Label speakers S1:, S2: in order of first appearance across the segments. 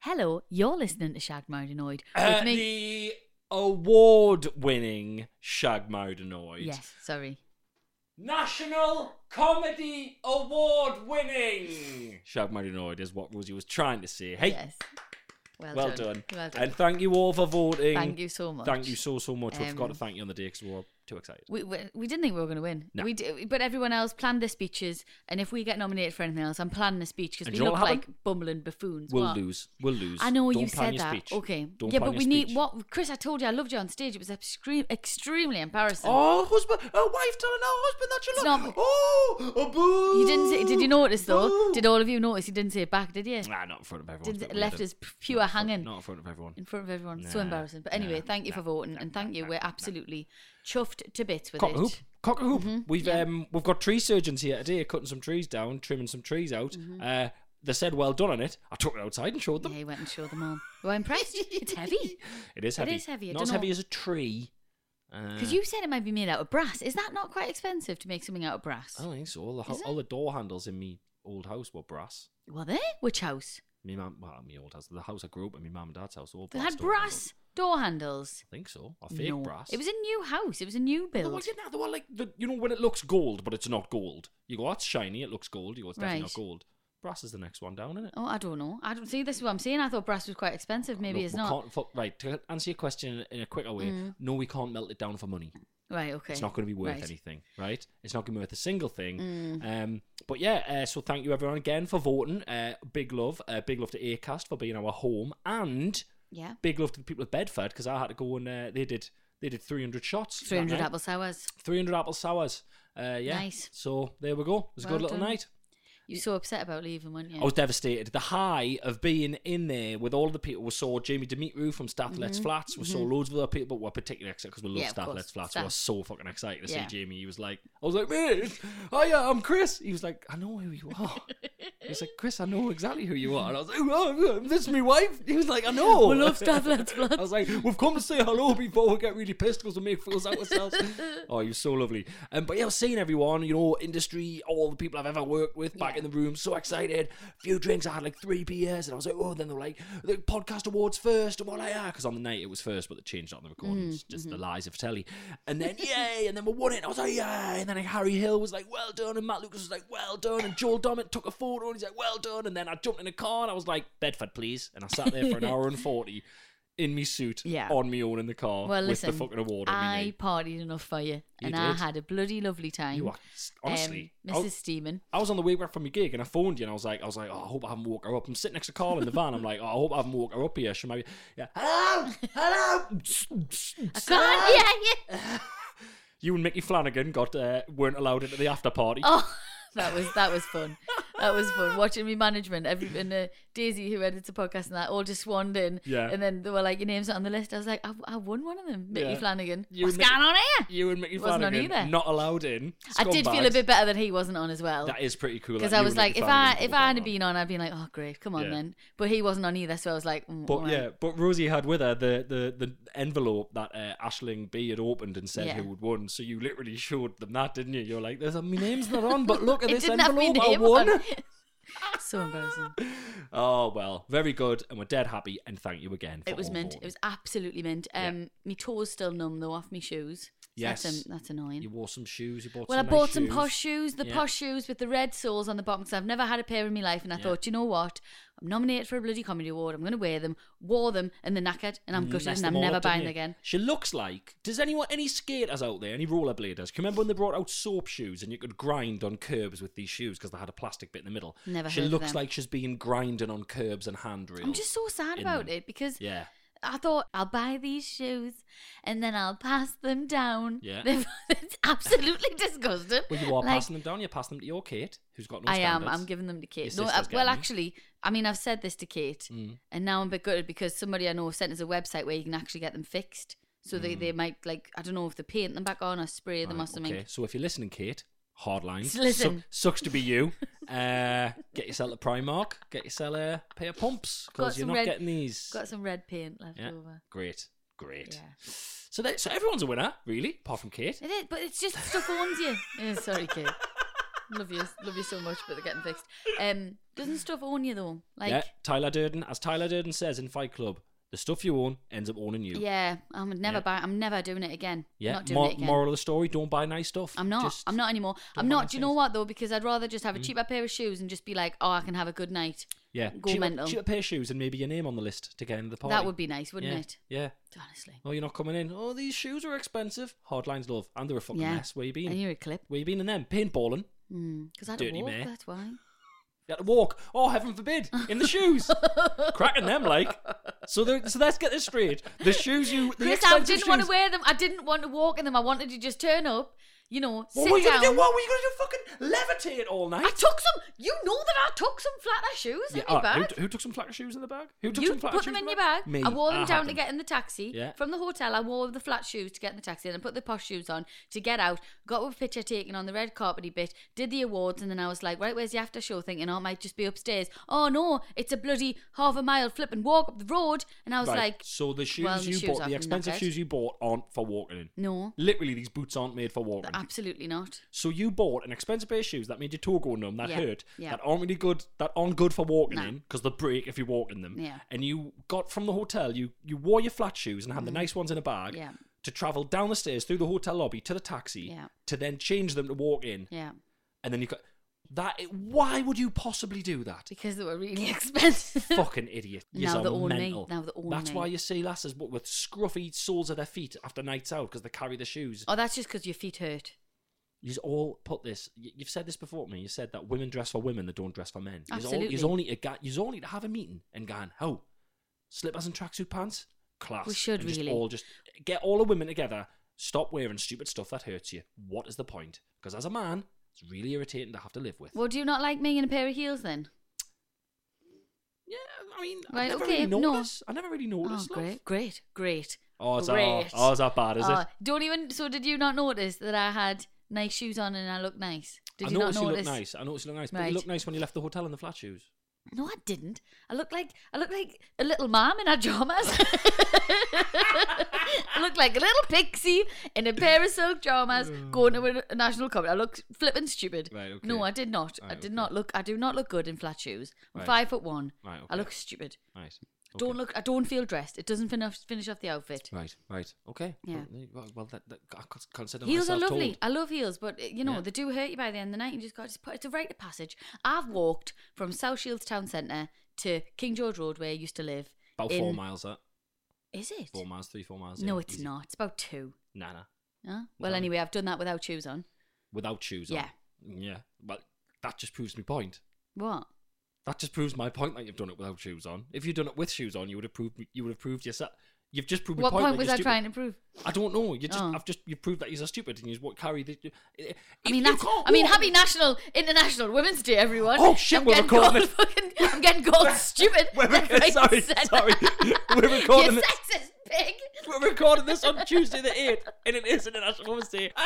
S1: Hello, you're listening to Shagmodanoid
S2: Uh,
S1: with me.
S2: the award-winning Shagmodanoid.
S1: Yes, sorry.
S2: National Comedy Award winning Shagmodanoid is what Rosie was trying to say. Hey,
S1: Yes. Well,
S2: well,
S1: done.
S2: done.
S1: Well done.
S2: And thank you all for voting.
S1: Thank you so much.
S2: Thank you so, so much. we forgot
S1: Um,
S2: to thank you on the day because we were too excited.
S1: we, we, we didn't think we were going to win.
S2: No.
S1: We d- but everyone else planned their speeches, and if we get nominated for anything else, I'm planning a speech because
S2: And
S1: we
S2: you know
S1: look
S2: what
S1: like
S2: happened?
S1: bumbling buffoons.
S2: We'll
S1: What?
S2: lose. We'll lose.
S1: I know
S2: Don't
S1: you've
S2: plan
S1: said
S2: your
S1: that.
S2: Speech.
S1: Okay.
S2: Don't
S1: yeah,
S2: plan
S1: but
S2: your
S1: we need
S2: speech.
S1: what Chris. I told you I loved you on stage. It was extreme, extremely embarrassing.
S2: Oh, husband, oh, wife telling her husband that you
S1: It's
S2: love.
S1: not-
S2: Oh, a boo.
S1: You didn't. Say, did you notice though?
S2: Boo.
S1: Did all of you notice? He didn't say it back, did you?
S2: Nah, not in front of everyone.
S1: Didn't
S2: It's a
S1: say-
S2: bit
S1: left
S2: weird.
S1: us pure
S2: Not in front-
S1: hanging.
S2: Not in front of everyone.
S1: in front of everyone. so
S2: Nah,
S1: embarrassing. But anyway,
S2: nah,
S1: thank you for
S2: nah,
S1: voting, and
S2: nah,
S1: thank you.
S2: nah,
S1: We're
S2: nah, nah.
S1: absolutely chuffed to bits with
S2: Cock a hoop.
S1: it.
S2: Cock a hoop.
S1: Mhm,
S2: We've
S1: yeah.
S2: um we've got tree surgeons here today cutting some trees down, trimming some trees out. Uh they said well done on it. I took it outside and showed them.
S1: Mm-hmm. Yeah, he went and showed them all. Were I impressed? it's heavy.
S2: It is
S1: It
S2: heavy.
S1: is heavy, I
S2: Not
S1: don't
S2: as heavy
S1: know.
S2: as a tree.
S1: Because
S2: Uh,
S1: you said it might be made out of brass. Is that not quite expensive to make something out of brass?
S2: I don't think so. All the,
S1: Is
S2: ho-
S1: it?
S2: all the door handles in me old house were brass.
S1: Were they? Which house?
S2: Me mum, well, me old house, the house I grew up in, my mum and dad's house, all
S1: They
S2: brass
S1: had
S2: door handles.
S1: brass door handles.
S2: I think so. I fake
S1: no.
S2: brass.
S1: It was a new house. It was a new
S2: Well, They
S1: build.
S2: were, yeah, they were like the, you know when it looks gold, but it's not gold. You go, that's shiny. It looks gold. You go, it's definitely
S1: Right.
S2: not gold. Brass is the next one down, isn't it?
S1: Oh, I don't know. I don't see. This is what I'm saying. I thought brass was quite expensive. Maybe
S2: Look,
S1: it's
S2: we
S1: not.
S2: can't fu- right, to answer your question in a quicker way,
S1: Mm.
S2: no, we can't melt it down for money.
S1: Right. Okay.
S2: It's not going to be worth
S1: Right. Mm.
S2: anything, right? It's not going to be worth a single thing. Um, but yeah, uh, so thank you everyone again for voting. Uh, big love, uh, big love to Acast for being our home, and
S1: Yeah.
S2: big love to the people of Bedford because I had to go and uh, they did they did 300 shots, that
S1: 300
S2: night.
S1: apple sours.
S2: 300 apple sours. Uh, yeah,
S1: Nice.
S2: So there we go. It was a
S1: Well
S2: good little
S1: done.
S2: night.
S1: You were so upset about leaving, weren't you?
S2: I was devastated. The high of being in there with all the people. We saw Jamie Demetriou from Stathlet's Flats. We saw loads of other people, but we're particularly excited because we love
S1: Mm-hmm. Yeah, of course.
S2: Stathlet's Flats. We
S1: Staff.
S2: were so fucking excited to
S1: Yeah.
S2: see Jamie. He was like, I was like, mate, hiya, I'm Chris. He was like, I know who you are. he was like, Chris, I know exactly who you are. And I was like, oh, this is my wife. He was like, I know.
S1: We love Stathlet's Flats.
S2: I was like, we've come to say hello before we get really pissed because we make fools out of ourselves. oh, he was so lovely. Um, but yeah, I was seeing everyone, you know, industry, all the people I've ever worked with back in the room, so excited. few drinks, I had like three beers, and I was like, oh, then they were like, the podcast awards first, and what I are. Because on the night it was first, but they changed it on the recording. It's just the lies of telly. And then, yay, and then we won it. and I was like, yeah. And then like, Harry Hill was like, well done. And Matt Lucas was like, well done. And Joel Dommett took a photo, and he's like, well done. And then I jumped in a car, and I was like, Bedford, please. And I sat there for an hour and 40 in me suit
S1: Yeah.
S2: on me own in the car
S1: well,
S2: with
S1: listen,
S2: the fucking award on me
S1: I
S2: knee.
S1: partied enough for you, and I
S2: did.
S1: had a bloody lovely time.
S2: You are honestly, oh.
S1: um,
S2: I
S1: Mrs.
S2: was-
S1: Steeman.
S2: I was on the way back from your gig and I phoned you and I was like, I was like, oh, I hope I haven't woke her up. I'm sitting next to Carl in the van. I'm like, oh, I hope I haven't woke her up here. She might be, yeah, hello, hello.
S1: I can't hear you.
S2: You and Mickey Flanagan got uh, weren't allowed into the after party.
S1: Oh, that was that was fun. That was fun. Watching me management, every and uh, Daisy who edits the podcast and that all just swanned in.
S2: Yeah.
S1: And then they were like, "Your name's not on the list." I was like, "I, I won one of them, Mickey
S2: Yeah.
S1: Flanagan."
S2: You
S1: What's
S2: and Mick-
S1: going on here?
S2: You and Mickey
S1: Wasn't on
S2: Flanagan
S1: either.
S2: not allowed in.
S1: I did feel a
S2: Scumbags.
S1: bit better that he wasn't on as well.
S2: That is pretty cool.
S1: Because
S2: that
S1: I
S2: you
S1: was
S2: and
S1: like,
S2: Mickey
S1: if I
S2: Flanagan
S1: if
S2: both
S1: I
S2: aren't
S1: had been on, I'd been like, "Oh, great, come on
S2: Yeah.
S1: then." But he wasn't on either, so I was like, mm,
S2: But
S1: all right.
S2: yeah, but Rosie had with her the the, the envelope that uh, Ashling B had opened and said
S1: Yeah.
S2: who had won. So you literally showed them that, didn't you? You're like, "There's a, my name's not on, but look at
S1: It
S2: this
S1: didn't have my
S2: envelope, I
S1: name on
S2: won."
S1: it. so embarrassing.
S2: Oh well, very good, and we're dead happy, and thank you again. For
S1: It was
S2: all
S1: mint.
S2: voting.
S1: It was absolutely mint. Um, my toes still numb though off my shoes.
S2: Yes.
S1: That's, um, that's annoying.
S2: You wore some shoes. You bought
S1: Well, I
S2: some
S1: bought
S2: nice
S1: some
S2: shoes.
S1: posh shoes, the
S2: Yeah.
S1: posh shoes with the red soles on the bottom because I've never had a pair in my life. And I
S2: Yeah.
S1: thought, you know what? I'm nominated for a bloody comedy award. I'm going to wear them, wore them, and they're knackered, and I'm
S2: Mm,
S1: gutted,
S2: messed
S1: and I'm
S2: them all
S1: never
S2: up, didn't
S1: buying
S2: you?
S1: again.
S2: She looks like. Does anyone, any skaters out there, any rollerbladers? Can you remember when they brought out soap shoes and you could grind on curbs with these shoes because they had a plastic bit in the middle?
S1: Never
S2: She
S1: heard of
S2: looks
S1: them.
S2: like she's been grinding on curbs and handrails.
S1: I'm just so sad
S2: in
S1: about
S2: them.
S1: it because
S2: Yeah.
S1: I thought I'll buy these shoes and then I'll pass them down.
S2: Yeah.
S1: They've- it's absolutely disgusting.
S2: Well, you are
S1: Like,
S2: passing them down. You're passing them to your Kate, who's got no
S1: I am.
S2: standards.
S1: I'm giving them to Kate.
S2: Your
S1: No, I,
S2: sister's getting
S1: well,
S2: Mm. them.
S1: actually, I mean, I've said this to Kate, and now I'm a bit gutted because somebody I know sent us a website where you can actually get them fixed. So they, they might like I don't know if they paint them back on or spray them or
S2: Mm. Right,
S1: something.
S2: Okay. So if you're listening, Kate, hard lines.
S1: Just listen.
S2: sucks to be you. Uh, get yourself a Primark. Get yourself a pair of pumps
S1: Got
S2: because you're
S1: some
S2: not
S1: red-
S2: getting these.
S1: Got some red paint left
S2: yeah.
S1: over.
S2: Great. Great.
S1: Yeah.
S2: So that, so everyone's a winner, really, apart from Kate.
S1: It is, but it's just stuff owns you. Yeah, sorry, Kate. love you, love you so much, but they're getting fixed. Um, doesn't stuff own you though? Like,
S2: yeah. Tyler Durden, as Tyler Durden says in Fight Club, the stuff you own ends up owning you.
S1: yeah, I'm never
S2: Yeah.
S1: buy. I'm never doing it again.
S2: Yeah.
S1: not doing
S2: Mor-
S1: it again.
S2: moral of the story: Don't buy nice stuff.
S1: I'm not.
S2: Just-
S1: I'm not anymore. I'm
S2: buy
S1: not.
S2: nice
S1: Do you know
S2: things.
S1: what though? Because I'd rather just
S2: Mm.
S1: have a cheaper pair of shoes and just be like, oh, I can have a good night.
S2: Yeah.
S1: Go
S2: cheap,
S1: mental.
S2: Cheap pair of shoes and maybe your name on the list to get into the party.
S1: That would be nice, wouldn't
S2: yeah.
S1: it?
S2: Yeah.
S1: Honestly.
S2: Oh, you're not coming in. Oh, these shoes are expensive. Hardlines, love. And they're a fucking
S1: Yeah.
S2: mess. Where you been?
S1: And you're a clip.
S2: Where you been in them? Paintballing.
S1: Because I don't
S2: Dirty
S1: walk.
S2: mare.
S1: That's why.
S2: You had to walk. Oh, heaven forbid. In the shoes. Cracking them, like. So, there- so let's get this straight. The shoes you. The
S1: Chris, I
S2: expensive
S1: didn't
S2: shoes.
S1: want to wear them. I didn't want to walk in them. I wanted to just turn up. You know,
S2: What
S1: sit
S2: were you
S1: down.
S2: gonna do? What were you gonna do? Fucking levitate all night?
S1: I took some. You know that I took some flatter shoes
S2: Yeah,
S1: in my
S2: all right,
S1: bag.
S2: Who, who took some flatter shoes in the bag? Who took
S1: you
S2: some flatter
S1: put
S2: shoes
S1: them in
S2: the
S1: your bag.
S2: Me.
S1: I wore them
S2: had
S1: down to
S2: them.
S1: get in the taxi.
S2: Yeah.
S1: From the hotel, I wore the flat shoes to get in the taxi. Then I put the posh shoes on to get out. Got a picture taken on the red carpety bit. Did the awards, and then I was like, right, where's the after show? Thinking, oh, it might just be upstairs. Oh no, it's a bloody half a mile flip and walk up the road. And I was
S2: Right,
S1: like,
S2: so the shoes
S1: well, my
S2: you
S1: shoes
S2: bought,
S1: are
S2: the expensive
S1: knackered.
S2: shoes you bought, aren't for walking in.
S1: no,
S2: Literally, these boots aren't made for walking.
S1: absolutely not.
S2: So you bought an expensive pair of shoes that made your toe go numb, that
S1: Yeah,
S2: hurt,
S1: yeah.
S2: that aren't really good, that aren't good for walking
S1: No.
S2: in because they break if you walk in them.
S1: Yeah.
S2: And you got from the hotel, you you wore your flat shoes and had the nice ones in a bag
S1: Mm-hmm. Yeah.
S2: to travel down the stairs through the hotel lobby to the taxi
S1: Yeah.
S2: to then change them to walk in,
S1: Yeah,
S2: and then you got that. Why would you possibly do that?
S1: because they were really expensive.
S2: Fucking idiot! You're
S1: Now
S2: so
S1: they're all me.
S2: mental.
S1: Now they're all
S2: That's
S1: me.
S2: why you see lasses but with scruffy soles of their feet after nights out because they carry the shoes.
S1: oh, that's just because your feet hurt.
S2: You all put this. y- You've said this before to me. You said that women dress for women, they don't dress for men. Yous all- yous
S1: Absolutely.
S2: only a ga- yous only to have a meeting and going, how slippers and tracksuit pants, class.
S1: We should
S2: and just
S1: really.
S2: all just get all the women together. Stop wearing stupid stuff that hurts you. What is the point? Because as a man, it's really irritating to have to live with.
S1: Well, do you not like me in a pair of heels then?
S2: Yeah, I mean, I
S1: Right,
S2: never
S1: okay,
S2: really
S1: no.
S2: noticed. I never really noticed.
S1: Oh,
S2: love.
S1: great, great, great.
S2: Oh, is
S1: Great.
S2: that, oh, is that bad? Is
S1: Oh,
S2: it?
S1: Don't even. So, did you not notice that I had nice shoes on and I looked nice? Did
S2: I
S1: you not
S2: noticed you
S1: notice?
S2: look nice. I noticed you look nice, but
S1: Right.
S2: you look nice when you left the hotel in the flat shoes.
S1: No, I didn't. I looked like I looked like a little mom in her dramas. I looked like a little pixie in a pair of silk dramas going to a national comedy. I looked flippin' stupid.
S2: Right, okay.
S1: No, I did not. I
S2: Right,
S1: did
S2: okay.
S1: not look. I do not look good in flat shoes. I'm
S2: Right.
S1: five foot one.
S2: Right,
S1: I
S2: okay.
S1: look stupid.
S2: Right.
S1: I Don't look. I don't feel dressed. It doesn't finish finish off the outfit.
S2: Right, right, okay.
S1: Yeah.
S2: Well, well, well, that, that I cons- consider
S1: Heels are
S2: myself
S1: lovely.
S2: told.
S1: I love heels, but uh, you know
S2: Yeah.
S1: they do hurt you by the end of the night. You just got to put it's a rite of passage. I've walked from South Shields Town Centre to King George Road where I used to live.
S2: About
S1: in-
S2: four miles, that
S1: Is it?
S2: four miles, three, four miles.
S1: No,
S2: in.
S1: it's
S2: Easy.
S1: not. It's about two.
S2: Nah, nah.
S1: Huh? Well,
S2: Sorry.
S1: anyway, I've done that without shoes on.
S2: Without shoes
S1: Yeah.
S2: on. Yeah. Well, that just proves my point.
S1: What?
S2: That just proves my point that you've done it without shoes on. If you'd done it with shoes on, you would have proved you would have proved yourself. You've just proved. my
S1: What
S2: point,
S1: point
S2: that
S1: was
S2: you're
S1: I
S2: stupid.
S1: trying to prove?
S2: I don't know. You just,
S1: Oh.
S2: I've just, you proved that you're stupid, and you what carry the. If
S1: I mean,
S2: you
S1: that's.
S2: can't
S1: I mean,
S2: walk-
S1: happy National International Women's Day, everyone.
S2: Oh, shit,
S1: I'm
S2: we're
S1: getting
S2: recording
S1: called
S2: it.
S1: fucking, I'm getting called stupid.
S2: We're
S1: left,
S2: recording-
S1: right,
S2: sorry,
S1: centre.
S2: sorry. We're recording
S1: You
S2: it.
S1: sexist pig.
S2: We're recording this on Tuesday the eighth, and it is International Women's Day.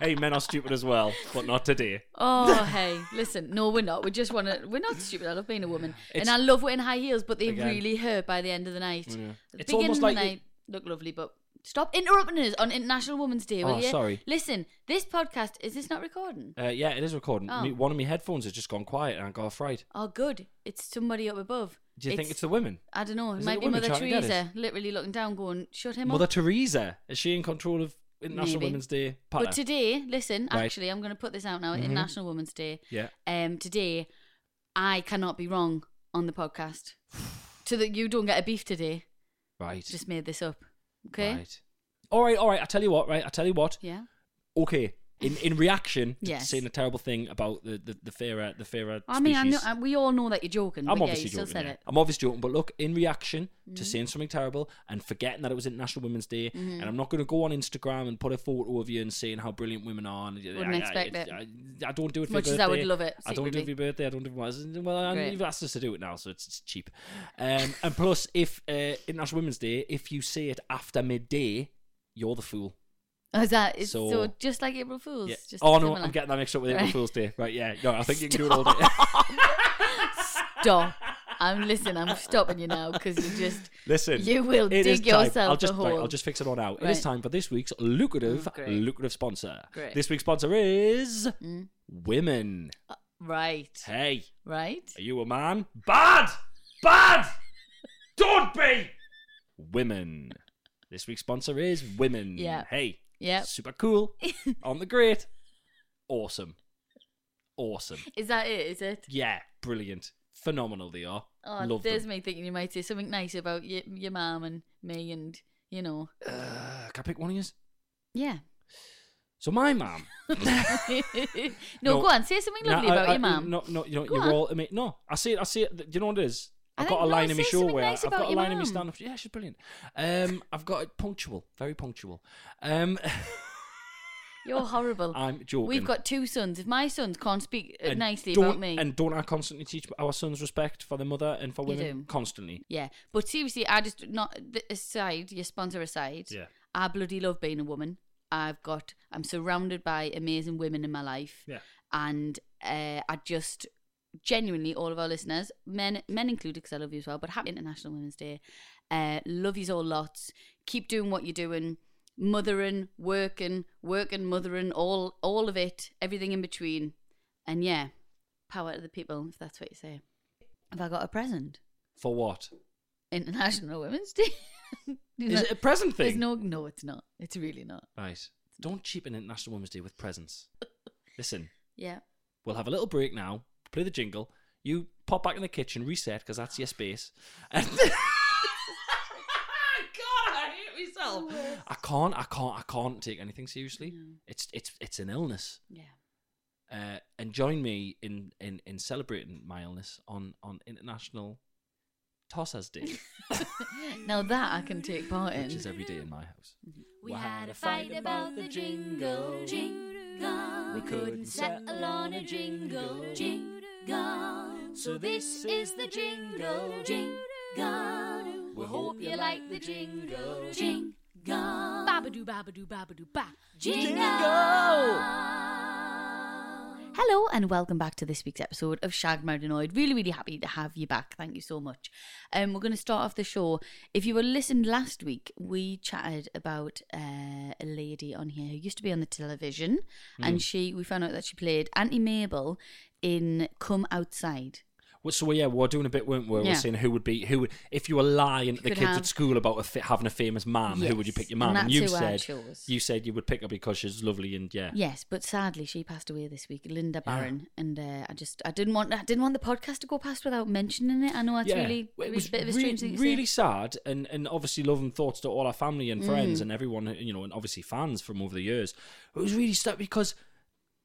S2: hey, men are stupid as well, but not today.
S1: Oh, hey, listen. No, we're not. We just want to. We're not stupid. I love being a woman, and
S2: It's-
S1: I love wearing high heels, but they
S2: Again.
S1: really hurt by the end of the night. At the
S2: It's almost
S1: beginning
S2: like
S1: of the
S2: you-
S1: night, look lovely, but stop interrupting us on International Women's Day, will
S2: Oh,
S1: you?
S2: sorry.
S1: Listen, this podcast is this not recording?
S2: Uh, yeah, it is recording.
S1: Oh.
S2: Me- One of my headphones has just gone quiet, and I got fright.
S1: Oh, good. It's somebody up above.
S2: Do you think it's the women?
S1: I don't know. It
S2: Is it
S1: might
S2: the
S1: be
S2: women
S1: Mother
S2: trying to get us?
S1: Teresa literally looking down, going, "Shut him
S2: Mother
S1: up."
S2: Teresa is she in control of International
S1: Maybe.
S2: Women's Day? Patter?
S1: But today, listen,
S2: Right. Mm-hmm.
S1: actually, I'm going to put this out now. International Women's Day.
S2: yeah.
S1: Um, today, I cannot be wrong on the podcast. so that you don't get a beef today.
S2: Right.
S1: Just made this up. Okay.
S2: Right. All right. All right. I tell you what. Right. I tell you what.
S1: Yeah.
S2: Okay. In in reaction, to
S1: Yes.
S2: saying a terrible thing about the the, the fairer the fairer.
S1: I mean, I know,
S2: species.
S1: I, we all know that you're joking.
S2: I'm
S1: but
S2: obviously
S1: yeah, you
S2: joking.
S1: Still said
S2: yeah.
S1: it. Mm-hmm.
S2: I'm obviously joking, but look, in reaction to saying something terrible and forgetting that it was International Women's Day, and I'm not going to go on Instagram and put a photo of you and saying how brilliant women are. And,
S1: Wouldn't expect it.
S2: I, I don't do it for
S1: Much
S2: your
S1: as
S2: birthday.
S1: I would love it,
S2: I don't do it for
S1: secretly.
S2: your birthday. I don't do it. For, well, I-
S1: Great.
S2: you've asked us to do it now, so it's, it's cheap. Um, and plus, if uh, International Women's Day, if you say it after midday, you're the fool.
S1: Oh, Is that is, so,
S2: So-
S1: Just like April Fools.
S2: Yeah.
S1: Just
S2: Oh no,
S1: similar.
S2: I'm getting that mixed up with April
S1: Right.
S2: Fool's Day. Right? Yeah. No, I think you can do it all day.
S1: Stop. I'm listen. I'm stopping you now because you just
S2: Listen,
S1: You will
S2: it is
S1: dig
S2: time.
S1: yourself
S2: I'll
S1: a
S2: just, right,
S1: hole.
S2: I'll just fix it all out. It is
S1: Right.
S2: time for this week's lucrative,
S1: Oh, great.
S2: lucrative sponsor.
S1: Great. Mm.
S2: This week's sponsor is women.
S1: right,
S2: Hey,
S1: right.
S2: are you a man? Bad, bad. Don't be women. This week's sponsor is women.
S1: Yeah.
S2: Hey.
S1: Yeah.
S2: Super cool. on the great. Awesome. Awesome.
S1: Is that it? Is it?
S2: Yeah. Brilliant. Phenomenal. They are.
S1: Oh,
S2: Love
S1: there's
S2: them.
S1: me thinking you might say something nice about your your mum and me and you know.
S2: Uh, can I pick one of yours?
S1: Yeah.
S2: So my mum.
S1: no,
S2: No.
S1: go on. Say something lovely
S2: I-
S1: about
S2: I-
S1: your mum.
S2: No, no, you know,
S1: Go
S2: you're
S1: on.
S2: all. I mean, no, I see it. I see it. Do you know what it is?
S1: I
S2: I've got
S1: don't
S2: a
S1: know,
S2: line in my
S1: say
S2: show
S1: something
S2: where
S1: nice
S2: I've got
S1: about
S2: a
S1: your
S2: line in my
S1: mum.
S2: stand up. Yeah, she's brilliant. Um, I've got it punctual, very punctual. Um,
S1: Uh, You're horrible.
S2: I'm joking.
S1: We've got two sons. If my sons can't speak uh,
S2: and
S1: nicely
S2: don't-
S1: about me,
S2: And don't I constantly teach our sons respect for their mother and for
S1: You
S2: women?
S1: do.
S2: Constantly.
S1: yeah. But seriously, I just not th- aside your sponsor aside.
S2: Yeah.
S1: I bloody love being a woman. I've got. I'm surrounded by amazing women in my life.
S2: Yeah.
S1: and uh, I just genuinely all of our listeners, men men included, because I love you as well. But happy International Women's Day. Uh, love yous all lots. Keep doing what you're doing. Mothering, working, working, mothering, all all of it, everything in between, and yeah, power to the people. If that's what you say. Have I got a present?
S2: For what?
S1: International Women's Day. You
S2: Is
S1: know,
S2: it a present
S1: There's
S2: thing?
S1: no, no, it's not. It's really not.
S2: Right. Don't cheapen International Women's Day with presents. Listen,
S1: Yeah.
S2: We'll have a little break now, play the jingle. You pop back in the kitchen, reset, because that's your space. And God, I hate myself. I can't, I can't, I can't take anything seriously. It's it's it's an illness.
S1: Yeah.
S2: Uh, and join me in, in in celebrating my illness on on International Tossers Day,
S1: Now that I can take part in.
S2: which is every day in my house.
S3: We had a fight about the jingle, jingle. We couldn't settle on a jingle, jingle. So this is the jingle, jingle. We hope you like the jingle, jingle. Babadoo, babadoo, babadoo, ba. Jingle.
S1: Hello and welcome back to this week's episode of Shag Married Annoyed. Really, really happy to have you back. Thank you so much. Um, we're going to start off the show. If you were listened last week, we chatted about uh, a lady on here who used to be on the television,
S2: Mm.
S1: and she we found out that she played Auntie Mabel in Come Outside.
S2: Well, so yeah, we're doing a bit, weren't we? We're
S1: Yeah.
S2: saying who would be who would if you were lying to the
S1: Could
S2: kids
S1: have-
S2: at school about a fa- having a famous mom, who would you
S1: Yes,
S2: pick your mom?
S1: and that's
S2: you
S1: who I
S2: said
S1: chose.
S2: you said you would pick her because she's lovely and yeah.
S1: Yes, but sadly she passed away this week, Linda Barron, and uh, I just I didn't want I didn't want the podcast to go past without mentioning it. I know that's
S2: Yeah.
S1: really
S2: Well,
S1: really a bit of a
S2: re-
S1: strange thing. To
S2: really
S1: say.
S2: sad, and, and obviously love and thoughts to all our family and
S1: Mm.
S2: friends and everyone, you know, and obviously fans from over the years. It was really sad because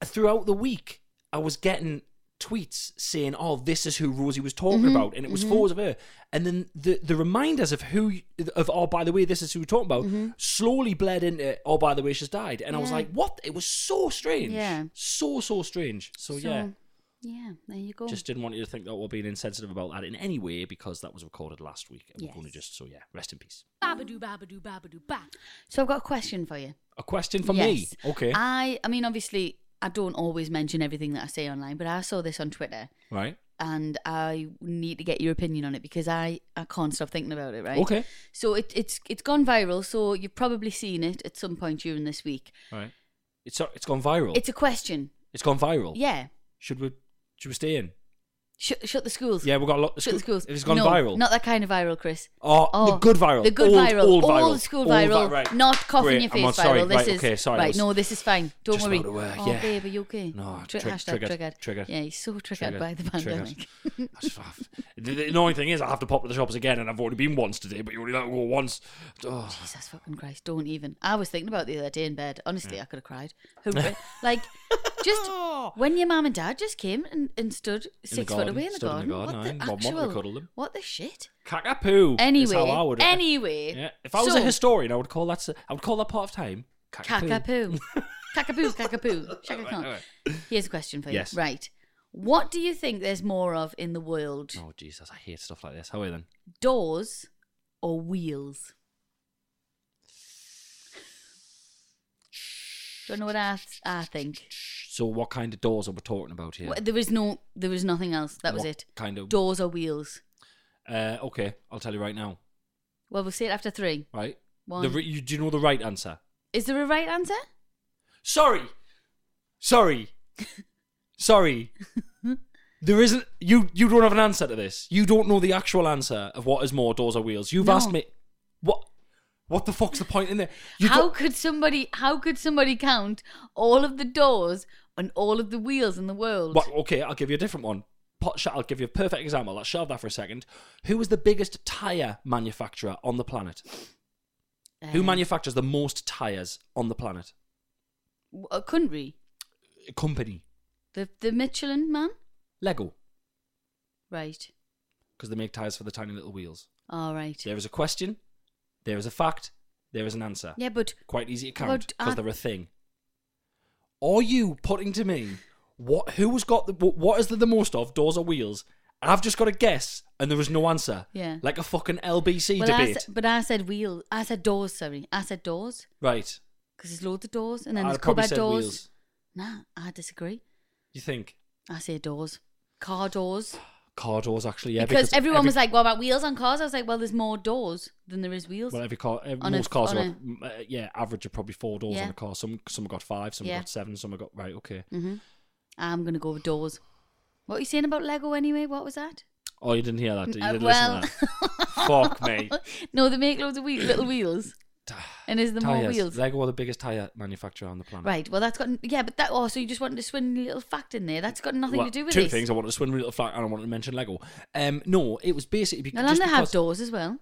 S2: throughout the week I was getting tweets saying, "Oh, this is who Rosie was talking
S1: Mm-hmm.
S2: about," and it was photos of her, and then the the reminders of who of oh, by the way, this is who we're talking about, slowly bled into oh, by the way, she's died, and I was
S1: Mm-hmm. Yeah.
S2: like, "What?" It was so strange,
S1: Yeah.
S2: so so strange. So, yeah.
S1: yeah, there you go.
S2: Just didn't want you to think that we're being insensitive about that in any way because that was recorded last week. And we're
S1: Yes.
S2: going to just, so yeah, rest in peace.
S3: Babadoo, babadoo, babadoo, ba.
S1: So I've got a question for you.
S2: A question for
S1: Yes.
S2: me. Okay.
S1: I I mean obviously I don't always mention everything that I say online, but I saw this on Twitter
S2: right.
S1: and I need to get your opinion on it because I I can't stop thinking about it, right?
S2: Okay.
S1: So it, it's it's gone viral, so you've probably seen it at some point during this week.
S2: Right. It's, it's gone viral.
S1: It's a question.
S2: it's gone viral.
S1: Yeah.
S2: Should we, should we stay in?
S1: Shut, shut the schools.
S2: Yeah, we've got a lot.
S1: Shut the schools.
S2: It's gone
S1: No,
S2: viral.
S1: Not that kind of viral, Chris.
S2: Oh, the good viral.
S1: The good
S2: Old-
S1: viral.
S2: old viral.
S1: school
S2: Old vi-
S1: viral.
S2: right.
S1: Not cough in
S2: Great,
S1: your
S2: I'm
S1: face
S2: on-
S1: viral.
S2: sorry,
S1: this
S2: right,
S1: is
S2: okay, sorry, I
S1: right.
S2: was
S1: No, this is fine. Don't
S2: just
S1: worry.
S2: not aware,
S1: Oh,
S2: yeah.
S1: babe, are you okay?
S2: No,
S1: Tri-
S2: trig-
S1: hashtag
S2: triggered,
S1: triggered.
S2: triggered,
S1: Yeah, he's so
S2: triggered,
S1: triggered, by the
S2: triggered.
S1: pandemic.
S2: I just have- the, the annoying thing is, I have to pop to the shops again, and I've already been once today. But you only let me go once. Oh,
S1: Jesus fucking Christ! Don't even. I was thinking about it the other day in bed. Honestly, I could have cried. Horri- like, just when your mum and dad just came and, and stood six foot
S2: garden,
S1: away in the
S2: stood in the garden,
S1: garden. what
S2: aye,
S1: the
S2: Bob wanted to
S1: actual?
S2: cuddle them.
S1: What the shit?
S2: Cockapoo.
S1: Anyway,
S2: how I would,
S1: anyway.
S2: Yeah. If I was a
S1: so-
S2: historian, I would call that. s- I would call that part of time. Cockapoo.
S1: Cockapoo. Cockapoo, cockapoo. Shaka Khan.
S2: alright.
S1: Here's a question for you.
S2: Yes.
S1: Right. What do you think there's more of in the world?
S2: Oh Jesus, I hate stuff like this. How are you then?
S1: Doors or wheels? Don't know what I, I think.
S2: So, what kind of doors are we talking about here?
S1: Wha- There was no, there was nothing else. That was
S2: What
S1: it.
S2: Kind of.
S1: Doors or wheels?
S2: Uh, okay, I'll tell you right now.
S1: Well, we'll see it after three.
S2: Right. The
S1: One.
S2: re- you, do you know the right answer?
S1: Is there a right answer?
S2: Sorry. Sorry. Sorry. There isn't you you don't have an answer to this. You don't know the actual answer of what is more doors or wheels. You've
S1: No.
S2: asked me what what the fuck's the point in there? You
S1: how
S2: don't-
S1: could somebody? How could somebody count all of the doors and all of the wheels in the world?
S2: Well, okay, I'll give you a different one. Pot shot, I'll give you a perfect example. Let's shelve that for a second. Who is the biggest tire manufacturer on the planet? Who
S1: Um,
S2: manufactures the most tires on the planet?
S1: w- A country.
S2: A company.
S1: The the Michelin man.
S2: Lego.
S1: Right.
S2: Because they make tires for the tiny little wheels.
S1: All right.
S2: There is a question, there is a fact, there is an answer.
S1: Yeah, but
S2: Quite easy to
S1: Well, uh,
S2: count
S1: d-
S2: because
S1: I-
S2: they're a thing. Are you putting to me what who has got the wh- what is there the most of doors or wheels? I've just got a guess and there is no answer.
S1: Yeah.
S2: Like a fucking LBC
S1: well, I
S2: debate.
S1: said, but I said wheel. I said doors. Sorry, I said doors
S2: Right.
S1: because there's loads of doors, and then
S2: I'd
S1: there's
S2: probably
S1: cupboard
S2: said
S1: doors.
S2: wheels.
S1: Nah, I disagree.
S2: You think
S1: I say doors, car doors,
S2: car doors actually? Yeah,
S1: because,
S2: because
S1: everyone
S2: every-
S1: was like, "What about wheels on cars?" I was like, "Well, there's more doors than there is wheels."
S2: Well, every car, ev-
S1: on a-
S2: most cars
S1: on
S2: are,
S1: a-
S2: mm, uh, yeah, average are probably four doors
S1: Yeah.
S2: on a car. Some some have got five, some have
S1: Yeah.
S2: got seven, some have got right. Okay.
S1: hmm I'm gonna go with doors. What were you saying about Lego anyway? What was that?
S2: Oh, you didn't hear that? Did you?
S1: Uh,
S2: you didn't
S1: well,
S2: listen to that. Fuck me.
S1: no, they make loads of wheel, little wheels, and is there more
S2: Ah, Tires.
S1: wheels?
S2: Lego are the biggest tire manufacturer on the planet.
S1: Right. Well, that's got yeah, but that oh, so you just wanted to swing a little fact in there. That's got nothing
S2: Well,
S1: to do with
S2: two
S1: this.
S2: things. I wanted to swing a little flat, and I wanted to mention Lego. Um, no, it was basically because
S1: Now, and they
S2: because-
S1: have
S2: Mm. Uh,
S1: doors as well.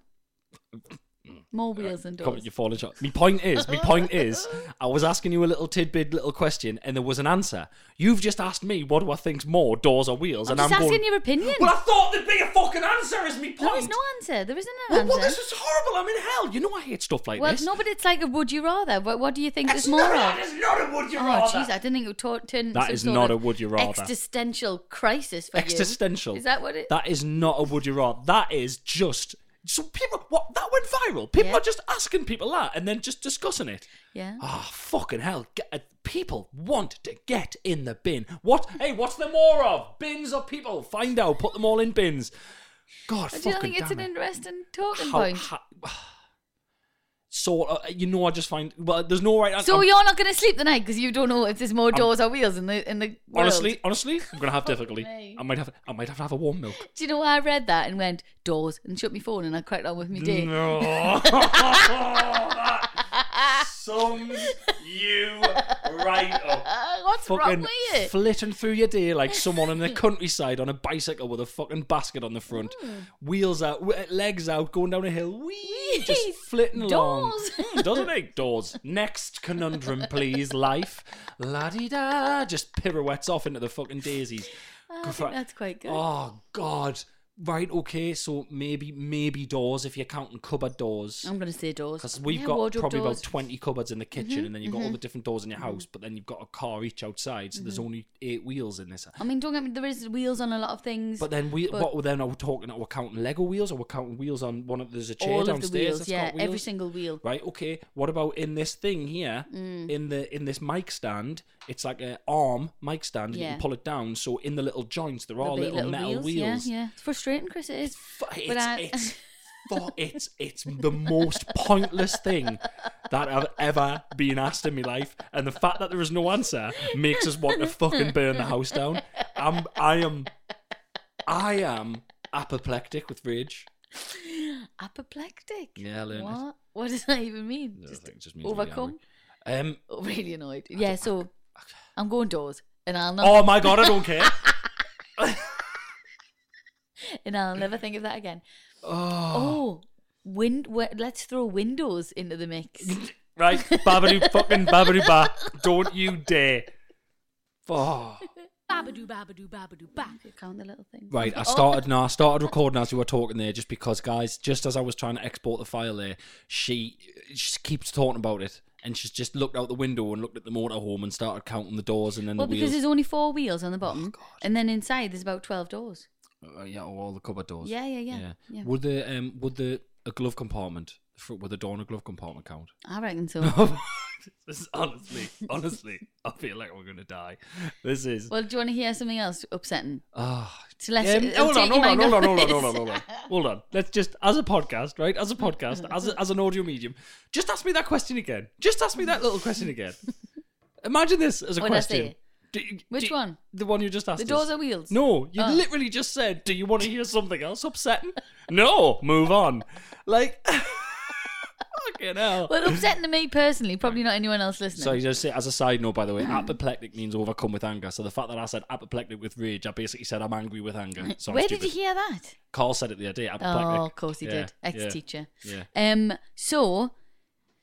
S1: More wheels than
S2: Come on,
S1: doors.
S2: You're falling short. My point is, my point is, I was asking you a little tidbit, little question, and there was an answer. You've just asked me, what do I think's more, doors or wheels?
S1: I'm
S2: and
S1: just
S2: I'm
S1: asking
S2: going,
S1: your opinion.
S2: Well, I thought there'd be a fucking answer, is my point.
S1: there is no answer. There isn't an
S2: Well,
S1: answer.
S2: well, this is horrible. I'm in hell. You know I hate stuff like
S1: well,
S2: this.
S1: no, but it's like a would you rather. What, what do you think
S2: That's
S1: there's more
S2: not,
S1: of?
S2: That's not a would you
S1: oh,
S2: rather.
S1: jeez, I didn't think it would tor- turn into
S2: That
S1: some
S2: is
S1: sort
S2: not
S1: of
S2: a would you rather.
S1: existential crisis for
S2: Existential.
S1: you. Is that what it?
S2: That is not a would you rather. That is just. So people, what that went viral. People
S1: Yeah.
S2: are just asking people that and then just discussing it.
S1: yeah.
S2: Ah, fucking hell! Get, uh, people want to get in the bin. What? Hey, what's there more of? Bins or people? Find out. Put them all in bins. God,
S1: But do
S2: fucking
S1: you think it's
S2: damn
S1: an
S2: it.
S1: interesting talking
S2: How-
S1: point?
S2: how- sort of. You know, I just find. Well, there's no right answer.
S1: so
S2: I'm-
S1: you're not going to sleep tonight because you don't know if there's more doors or wheels in the in the world.
S2: Honestly, honestly, I'm gonna have difficulty.
S1: me.
S2: I might have, I might have to have a warm milk.
S1: do you know why I read that and went doors and shut my phone and I cracked on with my day.
S2: No, that sums you right up.
S1: Uh, what's wrong
S2: Fucking
S1: with you?
S2: flitting through your day like someone in the countryside on a bicycle with a fucking basket on the front,
S1: Mm.
S2: wheels out, w- legs out, going down a hill, wee, just
S1: Whee!
S2: flitting along.
S1: Doors.
S2: Hmm, doesn't it? Doors. Next conundrum, please. Life, la di da, just pirouettes off into the fucking daisies.
S1: I think that's quite good.
S2: Oh God. Right, okay, so maybe maybe doors if you're counting cupboard doors.
S1: I'm going to say doors.
S2: Because we've
S1: Yeah,
S2: got
S1: wardrobe
S2: probably
S1: doors. Mm-hmm,
S2: about 20 cupboards in the kitchen, and then you've got all the different doors in your house, but then you've got a car each outside, so there's
S1: Mm-hmm.
S2: only eight wheels in this.
S1: I mean, don't get me. There is wheels on a lot of things.
S2: But then we,
S1: But-
S2: what were then are we talking? Are we counting Lego wheels, or we're counting wheels on one of there's a chair
S1: all of the
S2: downstairs
S1: wheels,
S2: that's
S1: yeah,
S2: got wheels?
S1: every single wheel.
S2: Right, okay. What about in this thing here?
S1: Mm.
S2: In the in this mic stand, it's like an arm mic stand, and you
S1: Yeah.
S2: can pull it down. So in the little joints, there
S1: There'll
S2: are
S1: be
S2: little, metal wheels.
S1: Yeah, yeah. It's frustrating, Chris. It is.
S2: Fu- It's,
S1: But I-
S2: it's, fu- it's, it's the most pointless thing that I've ever been asked in my life. And the fact that there is no answer makes us want to fucking burn the house down. I'm, I am. I am apoplectic with rage.
S1: Apoplectic.
S2: Yeah, I learned it.
S1: What? What does that even mean?
S2: No, I
S1: just
S2: think it just means really
S1: overcome.
S2: Um,
S1: Oh, really annoyed. Yeah. So I'm going doors, and I'll not,
S2: oh my god, I don't care.
S1: and I'll never think of that again.
S2: Oh.
S1: Oh, wind. wi- Let's throw windows into the mix.
S2: Right, babadoo fucking babadoo ba. Don't you dare. Oh.
S3: Babadoo, babadoo, babadoo, ba.
S1: Count the little thing.
S2: Right, I started now. I started recording as we were talking there, just because, guys. Just as I was trying to export the file there, she she keeps talking about it, and she's just looked out the window and looked at the motorhome and started counting the doors and then
S1: Well,
S2: the wheels.
S1: because
S2: Oh,
S1: there's only four wheels on the bottom, and then inside there's about twelve doors.
S2: Uh, yeah, or all the cupboard doors.
S1: Yeah, yeah, yeah, yeah.
S2: Would the um would the a glove compartment for, would the door in a glove compartment count?
S1: I reckon so.
S2: this is honestly, honestly, I feel like we're gonna die. This is.
S1: well, do you want to hear something else upsetting?
S2: Ah,
S1: So let's.
S2: Um,
S1: it'll
S2: hold on,
S1: take your
S2: hold on,
S1: mind
S2: hold on,
S1: off
S2: hold on, hold
S1: this.
S2: on, hold on. Hold on. Let's just, as a podcast, right? As a podcast, as, a, as an audio medium, just ask me that question again. Just ask me that little question again. Imagine this as a
S1: What'd I
S2: question.
S1: say?
S2: Do you-
S1: Which
S2: do you-
S1: one?
S2: The one you just asked.
S1: The doors
S2: us.
S1: are wheels.
S2: No, you
S1: Oh.
S2: literally just said, "Do you want to hear something else upsetting?" no, move on. Like, fucking hell.
S1: Well, upsetting to me personally, probably not anyone else listening.
S2: So you just say, as a side note, by the way, apoplectic means overcome with anger. So the fact that I said apoplectic with rage, I basically said I'm angry with anger. So I'm
S1: Where
S2: stupid.
S1: did you hear that?
S2: Carl said it the other day. Apoplectic.
S1: Oh, of course he
S2: Yeah,
S1: did.
S2: yeah,
S1: Ex teacher.
S2: Yeah.
S1: Um. So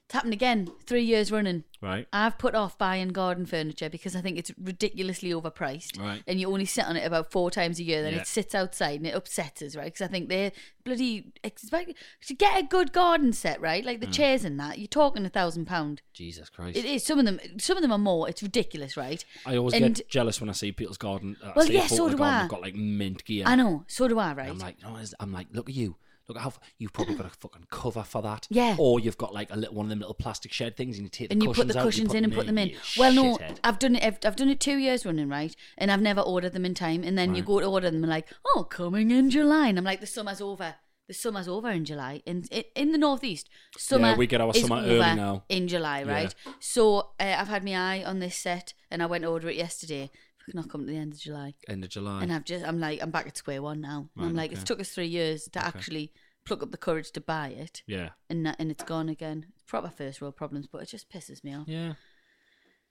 S1: it's happened again. Three years running.
S2: Right.
S1: I've put off buying garden furniture because I think it's ridiculously overpriced.
S2: Right.
S1: And you only sit on it about four times a year. Then
S2: Yeah.
S1: it sits outside and it upsets us, right? Because I think they're bloody expect to get a good garden set, right? Like the chairs and that. You're talking a thousand pound.
S2: Mm. Jesus Christ.
S1: It is some of them. Some of them are more. It's ridiculous, right?
S2: I always
S1: and
S2: get jealous when I see people's garden. Uh, I
S1: Well,
S2: see a
S1: yeah,
S2: photo
S1: so
S2: of the
S1: do
S2: garden
S1: I.
S2: They've got like mint gear.
S1: I know. So do I,
S2: And
S1: right?
S2: I'm like, no, it's- I'm like, look at you. Look at how f- you've probably got a fucking cover for that.
S1: Yeah.
S2: Or you've got like a little one of them little plastic shed things, and you take the
S1: and you
S2: cushions
S1: put the
S2: out,
S1: cushions in and put them in.
S2: you
S1: Well, no,
S2: shithead.
S1: I've done it. I've, I've done it two years running, right? And I've never ordered them in time. And then you go to order them, and like, oh, coming in July, and I'm like, the summer's over. The summer's over in July, and i- in the northeast, summer
S2: Yeah, we get our
S1: is
S2: summer
S1: over
S2: early now.
S1: in July, right? So uh, I've had my eye on this set, and I went to order it yesterday. Fucking Not come to the end of July,
S2: End of July.
S1: and I've just I'm like I'm back at square one now. And I'm
S2: Right,
S1: like, it's
S2: okay.
S1: took us three years to actually pluck up the courage to buy it,
S2: yeah.
S1: and that, and it's gone again. Proper first world problems, but it just pisses me off.
S2: Yeah.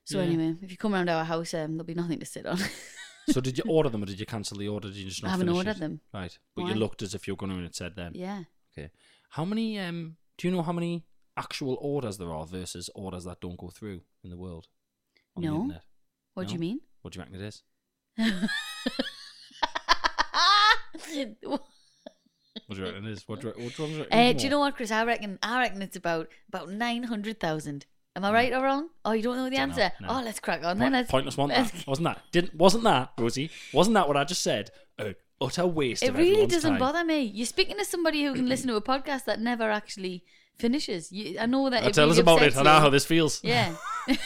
S1: So
S2: Yeah.
S1: anyway, if you come round our house, um, there'll be nothing to sit on.
S2: So did you order them or did you cancel the order? Did you just not
S1: I haven't
S2: finish
S1: ordered
S2: it?
S1: them.
S2: Right. But
S1: Why?
S2: you looked as if you were going to, and it said then.
S1: yeah,
S2: Okay. How many? Um. Do you know how many actual orders there are versus orders that don't go through in the world? On The
S1: No.
S2: internet?
S1: what do you
S2: No?
S1: mean?
S2: What do you reckon it is? What do you reckon it is? What do you, what do you reckon?
S1: uh, do you know what, Chris? I reckon I reckon it's about about nine hundred thousand. Am I right or wrong? Oh, you don't know the
S2: Don't know,
S1: answer.
S2: no.
S1: Oh, let's crack on then.
S2: Point,
S1: Let's,
S2: pointless one
S1: let's-
S2: that wasn't that didn't wasn't that Rosie wasn't that what I just said? Uh, utter waste.
S1: It
S2: of
S1: really
S2: everyone's
S1: doesn't
S2: time.
S1: bother me. You're speaking to somebody who can listen to a podcast that never actually finishes. You, I know that.
S2: Now
S1: it
S2: tell
S1: really
S2: us about it.
S1: upsets
S2: I know
S1: you.
S2: how this feels.
S1: Yeah,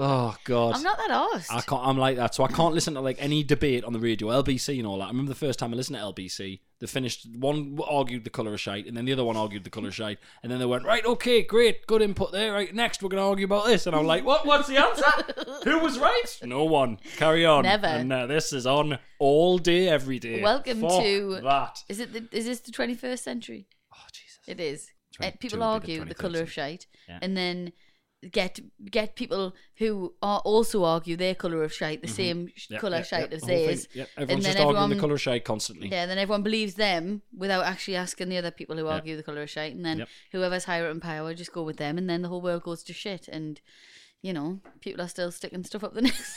S2: Oh God.
S1: I'm not that arsed.
S2: I can't. I'm like that, so I can't listen to like any debate on the radio, LBC and all that. I remember the first time I listened to LBC. They finished one argued the color of shite, and then the other one argued the color of shite, and then they went right, okay, great, good input there. Right, next we're going to argue about this, and I'm like, what? What's the answer? Who was right? No one. Carry on.
S1: Never.
S2: And uh, this is on all day, every day.
S1: Welcome
S2: Fuck
S1: to-
S2: that.
S1: Is it? The, is this the 21st century?
S2: Oh Jesus.
S1: It is.
S2: Twenty-
S1: Uh, people
S2: two would be the
S1: argue the
S2: 23rd
S1: color of
S2: century.
S1: shite,
S2: Yeah.
S1: and then get get people who are also argue their color of shite, the same
S2: Mm-hmm. Yep,
S1: color
S2: yep,
S1: shite
S2: yep,
S1: as
S2: the whole thing.
S1: theirs.
S2: Yep,
S1: and
S2: everyone's
S1: then
S2: just arguing
S1: everyone,
S2: the color of shite constantly.
S1: Yeah, then everyone believes them without actually asking the other people who
S2: Yep.
S1: argue the color of shite, and then
S2: Yep.
S1: whoever's higher up in power just go with them, and then the whole world goes to shit, and you know people are still sticking stuff up the nose.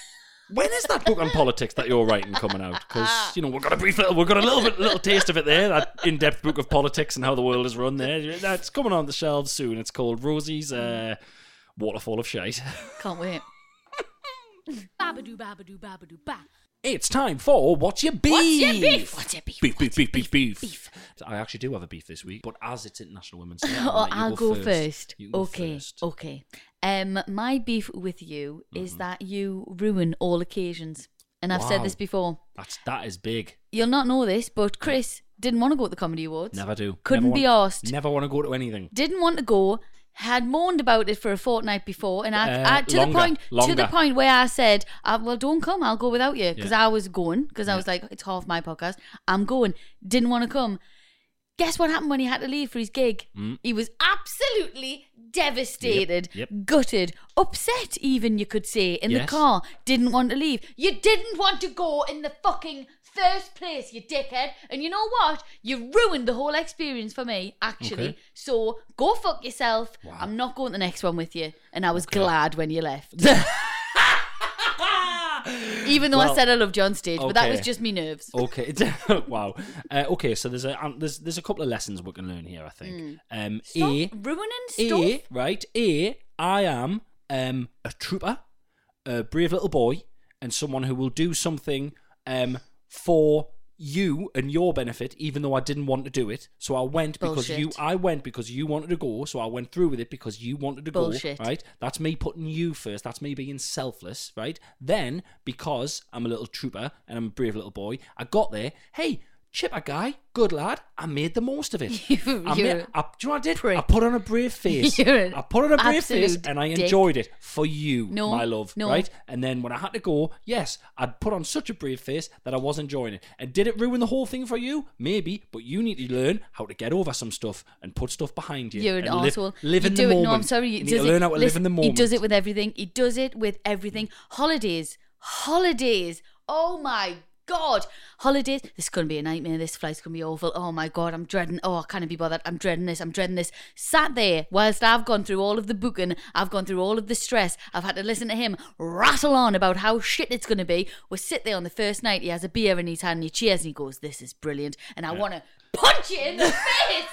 S2: When is that book on politics that you're writing coming out? Because you know we've got a brief little, we've got a little bit, little taste of it there. That in-depth book of politics and how the world is run there. That's coming on the shelves soon. It's called Rosie's uh, Waterfall of Shite.
S1: Can't wait.
S3: Babadoo, babadoo, babadoo, ba.
S2: It's time for what's your beef? What's your beef?
S1: What's your beef?
S2: Beef, beef, beef, beef, beef. So I actually do have a beef this week, but as it's International Women's Day, I'm gonna
S1: Oh,
S2: let you
S1: I'll go, first.
S2: You can go
S1: okay,
S2: first.
S1: okay. Um, my beef with you is that you ruin all occasions, and I've said
S2: Mm-hmm. Wow.
S1: this before.
S2: That's that is big.
S1: You'll not know this, but Chris didn't want to go to the comedy awards.
S2: Never do.
S1: Couldn't
S2: Never
S1: be
S2: want-
S1: asked.
S2: Never want to go to anything.
S1: Didn't want to go. had moaned about it for a fortnight before, and I,
S2: Uh,
S1: I to
S2: longer,
S1: the point to
S2: longer.
S1: the point where I said, uh, "Well, don't come. I'll go without you," because I was going because I was like, "It's half my podcast. I'm going." Didn't want to come. Guess what happened when he had to leave for his gig? He was absolutely devastated,
S2: Mm. Yep,
S1: gutted, upset. Even you could say in
S2: Yes.
S1: the car, didn't want to leave. You didn't want to go in the fucking first place, you dickhead. And you know what? You ruined the whole experience for me. Actually,
S2: Okay.
S1: so go fuck yourself. I'm not going to the next one with you. And I was glad when you left. Even though I
S2: Well,
S1: said I loved you on stage, but that
S2: okay.
S1: was just me nerves.
S2: Okay. wow. Uh, okay. So there's a um, there's there's a couple of lessons we can learn here. I think. Um, a
S1: Stop ruining stuff.
S2: a right. A I am um a trooper, a brave little boy, and someone who will do something um for you and your benefit, even though I didn't want to do it. So I went because you.
S1: Bullshit.
S2: I went because you wanted to go. So I went through with it because you wanted to
S1: Bullshit.
S2: go. Right. That's me putting you first. That's me being selfless. Right. Then because I'm a little trooper and I'm a brave little boy, I got there. Hey. Chipper guy, good lad. I made the most of it.
S1: You-
S2: I
S1: you're
S2: made, I, do you know what I did? I
S1: prick.
S2: put on a brave face.
S1: You're an
S2: I put on a brave face
S1: absolute
S2: and I
S1: dick.
S2: enjoyed it for you,
S1: No,
S2: my love.
S1: no.
S2: Right? And then when I had to go, yes, I'd put on such a brave face that I was enjoying it. And did it ruin the whole thing for you? Maybe, but you need to learn how to get over some stuff and put stuff behind you.
S1: You're an
S2: and li-
S1: asshole.
S2: Live
S1: you
S2: in
S1: do
S2: the
S1: it.
S2: moment.
S1: No, I'm sorry.
S2: You
S1: He
S2: need
S1: does
S2: to
S1: it-
S2: learn how to live
S1: listen,
S2: in the moment.
S1: He does it with everything. He does it with everything. Holidays. Holidays. Oh my God. Holidays. This is going to be a nightmare. This flight's going to be awful. Oh my God. I'm dreading. Oh, I can't be bothered. I'm dreading this. I'm dreading this. Sat there whilst I've gone through all of the booking. I've gone through all of the stress. I've had to listen to him rattle on about how shit it's going to be. We sit there on the first night. He has a beer in his hand and he cheers and he goes, This is brilliant. And I want to punch you in the face.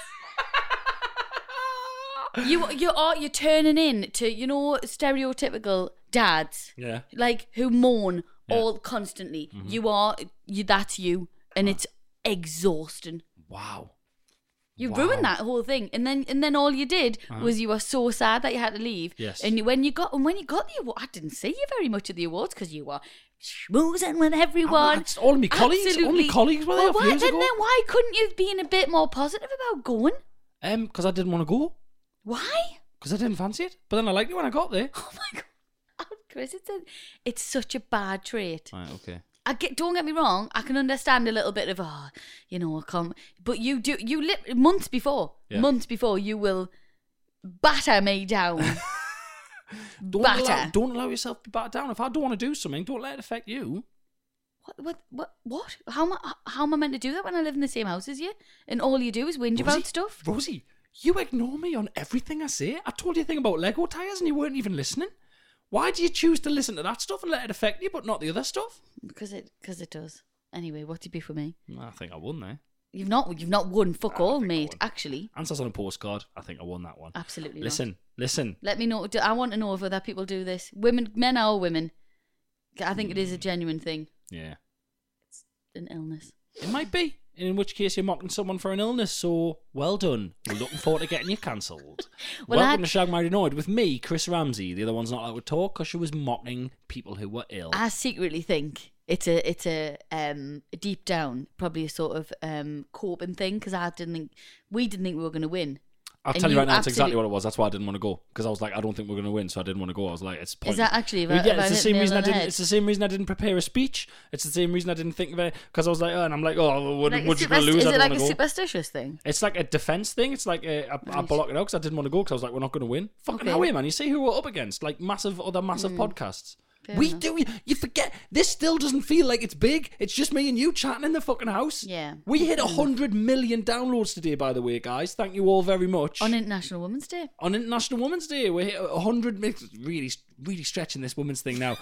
S1: You you are you're turning in to you know stereotypical dads
S2: Yeah.
S1: like who mourn
S2: Yeah. Mm-hmm.
S1: all constantly. You are you that's you, and it's exhausting.
S2: Wow.
S1: You
S2: Wow. Uh-huh.
S1: ruined that whole thing, and then and then all you did was you were so sad that you had to leave.
S2: Yes.
S1: And you- when you got and when you got the award, I didn't see you very much at the awards because you were schmoozing with everyone.
S2: Ah, that's all my colleagues- all my colleagues were there a
S1: Well,
S2: few
S1: why,
S2: years
S1: then,
S2: ago.
S1: then why couldn't you have been a bit more positive about going?
S2: Um, because I didn't want to go.
S1: Why?
S2: Because I didn't fancy it. But then I liked it when I got there.
S1: Oh my god, Chris, it's a, it's such a bad trait.
S2: Right, okay.
S1: I get, don't get me wrong, I can understand a little bit of oh, you know, I can't. But you do, you lit months before,
S2: Yeah.
S1: months before, you will batter me down.
S2: Don't
S1: Batter.
S2: allow, don't allow yourself to be battered down. If I don't want to do something, don't let it affect you.
S1: what, what, what, what? How am I, how am I meant to do that when I live in the same house as you, and all you do is whinge
S2: Rosie,
S1: about stuff?
S2: Rosie, you ignore me on everything I say. I told you a thing about Lego tires and you weren't even listening. Why do you choose to listen to that stuff and let it affect you, but not the other stuff?
S1: Because it, because it does. Anyway, what's it be for me?
S2: I think I won there.
S1: You've not, you've not won. Fuck
S2: I
S1: all,
S2: think I
S1: mate.
S2: won.
S1: Actually,
S2: Answers on a postcard. I think I won that one.
S1: absolutely. not.
S2: Listen, listen.
S1: Let me know. Do, I want to know if other people do this. Women, men are women. I think it is a genuine thing,
S2: Yeah.
S1: an illness.
S2: It might be. In which case you're mocking someone for an illness, so well done. We're looking forward to getting you cancelled.
S1: Well,
S2: Welcome
S1: I-
S2: to Shag Married Annoyed with me, Chris Ramsey. The other one's not allowed to talk because she was mocking people who were ill.
S1: I secretly think it's a it's a um deep down probably a sort of um coping thing because I didn't think we didn't think we were going to win.
S2: I'll
S1: And
S2: tell you
S1: you
S2: right now, that's exactly
S1: absolute-
S2: what it was. That's why I didn't want to go because I was like, I don't think we're going to win, so I didn't want to go. I was like, it's pointless.
S1: that actually about-
S2: yeah,
S1: about
S2: it's the same
S1: hitting the
S2: reason I
S1: nail on the
S2: didn't.
S1: head?
S2: It's the same reason I didn't prepare a speech. It's the same reason I didn't think of it because I was like, oh, and I'm like, oh, we're,
S1: Like a
S2: we're just going to
S1: superst-
S2: lose.
S1: Is
S2: I
S1: it
S2: don't
S1: like
S2: want to
S1: a
S2: go.
S1: superstitious thing?
S2: It's like a defense thing. It's like uh, I- I
S1: Right.
S2: blocked it out because I didn't want to go because I was like, we're not going to win. Fucking
S1: Okay. Hmm.
S2: hell, yeah, man! You see who we're up against? Like massive other massive podcasts.
S1: Fair
S2: we
S1: enough.
S2: do. You forget this still doesn't feel like it's big. It's just me and you chatting in the fucking house.
S1: Yeah. Hmm.
S2: we hit hundred million downloads today. By the way, guys, thank you all very much
S1: On International Women's Day,
S2: on International Women's Day. We're hit 100 mix. Really, really stretching this women's thing now.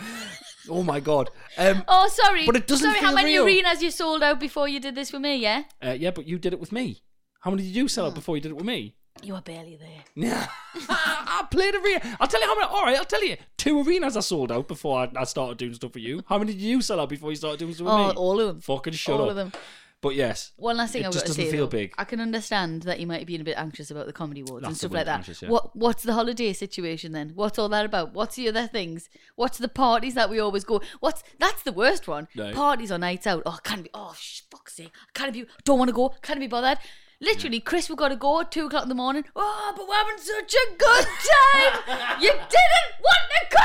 S2: oh my god. Um,
S1: Oh, sorry.
S2: But it doesn't
S1: Sorry, how
S2: feel
S1: many
S2: real.
S1: arenas you sold out before you did this for me? Yeah,
S2: uh, yeah, but you did it with me. How many did you sell out before you did it with me?
S1: you were barely there.
S2: Yeah, I played arena. I'll tell you how many. All right, I'll tell you. Two arenas I sold out before I, I started doing stuff for you. How many did you sell out before you started doing stuff for
S1: Oh,
S2: me?
S1: all of them.
S2: Fucking shut
S1: all
S2: up.
S1: of them.
S2: But yes,
S1: One last thing
S2: it
S1: I've
S2: just
S1: got to
S2: doesn't
S1: say.
S2: feel
S1: though.
S2: big.
S1: I can understand that you might have been a bit anxious about the comedy awards and
S2: That's
S1: stuff
S2: the word,
S1: like that.
S2: anxious, yeah.
S1: What What's the holiday situation then? What's all that about? What's the other things? What's the parties that we always go? What's that's the worst one.
S2: No.
S1: Parties or nights out. Oh, I can't be. Oh, sh- fuck's sake! I can't be. Don't want to go. Can't be bothered. Literally, Chris, we've got to go at two o'clock in the morning. Oh, but we're having such a good time. you didn't want to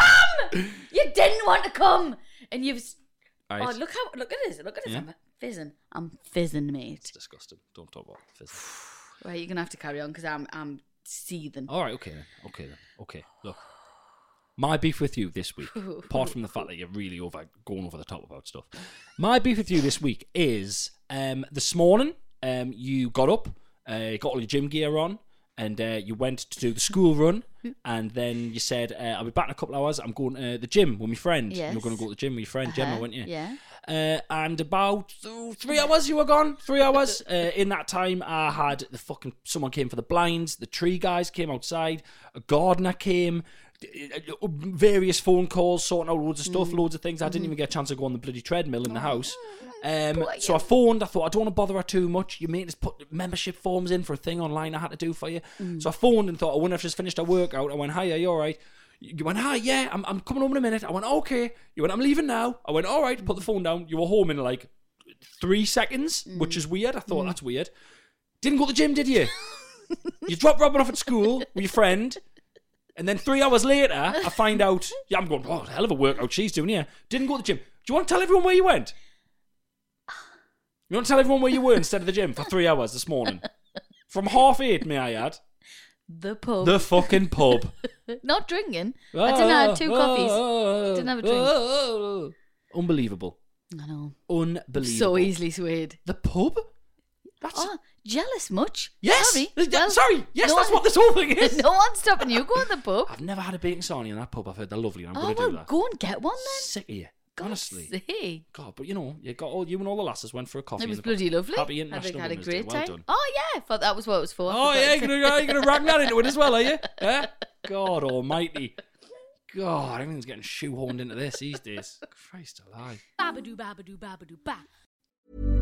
S1: come. You didn't want to come, and you've. s-
S2: Right.
S1: Oh, look how look at this. Look at this.
S2: Yeah.
S1: I'm fizzing. I'm fizzing, mate.
S2: Disgusting. Don't talk about physics.
S1: Right, you're gonna have to carry on because I'm I'm seething.
S2: All right, okay then. Okay then. Okay. Look. My beef with you this week, apart from the fact that you're really over going over the top about stuff. My beef with you this week is um, this morning um, you got up, uh, got all your gym gear on, and uh, you went to do the school run, and then you said, uh, "I'll be back in a couple hours. I'm going to the gym with my friend. You're
S1: Yes.
S2: going to go to the gym with your friend Gemma,
S1: Uh-huh,
S2: weren't you?
S1: yeah.
S2: Uh, and about th- three hours you were gone. Three hours. Uh, in that time, I had the fucking someone came for the blinds. The tree guys came outside. A gardener came. d- uh, Various phone calls, sorting out loads of stuff, loads of things. I didn't even get a chance to go on the bloody treadmill in the house. Um, so I phoned. I thought I don't want to bother her too much. Your mate has put membership forms in for a thing online I had to do for you. So I phoned and thought I wonder if she's finished her workout. I went, "Hi, are you all right?" You went, ah, yeah, I'm, I'm coming home in a minute. I went, okay. You went, I'm leaving now. I went, all right, put the phone down. You were home in like three seconds, which is weird. I thought, that's weird. Didn't go to the gym, did you? you dropped Robin off at school with your friend. And then three hours later, I find out, yeah, I'm going, oh, hell of a workout she's doing here. Didn't go to the gym. Do you want to tell everyone where you went? You want to tell everyone where you were instead of the gym for three hours this morning? From half eight, may I add?
S1: The pub.
S2: The Ah, fucking pub.
S1: Not drinking. I didn't have two coffees.
S2: ah.
S1: Didn't have a drink.
S2: drink. Unbelievable.
S1: I know.
S2: Unbelievable.
S1: So easily swayed.
S2: The pub? That's.
S1: Oh, jealous much?
S2: yes!
S1: Sorry.
S2: Yeah,
S1: Well,
S2: sorry! Yes,
S1: no
S2: that's
S1: one-
S2: what this whole thing is!
S1: no one's stopping you. Go in the pub.
S2: I've never had a bacon sarnie in that pub. I've heard they're lovely and I'm
S1: Oh
S2: going to
S1: well,
S2: do that.
S1: go and get one then.
S2: Sick of you. Honestly.
S1: See.
S2: God, but you know, you got all you and all the lasses went for a coffee.
S1: It
S2: in
S1: was
S2: the pub.
S1: bloody lovely.
S2: Happy
S1: I think
S2: International
S1: I had a
S2: Women's Day.
S1: great
S2: Well
S1: time.
S2: done.
S1: Oh yeah, I thought that was what it was for. I
S2: Oh
S1: forgot
S2: yeah,
S1: to
S2: you're gonna, you're gonna wrap that into it as well, are you? Huh? God Almighty. God, everything's getting shoehorned into this these days. Christ alive.
S3: Babadoo, babadoo, babadoo, ba.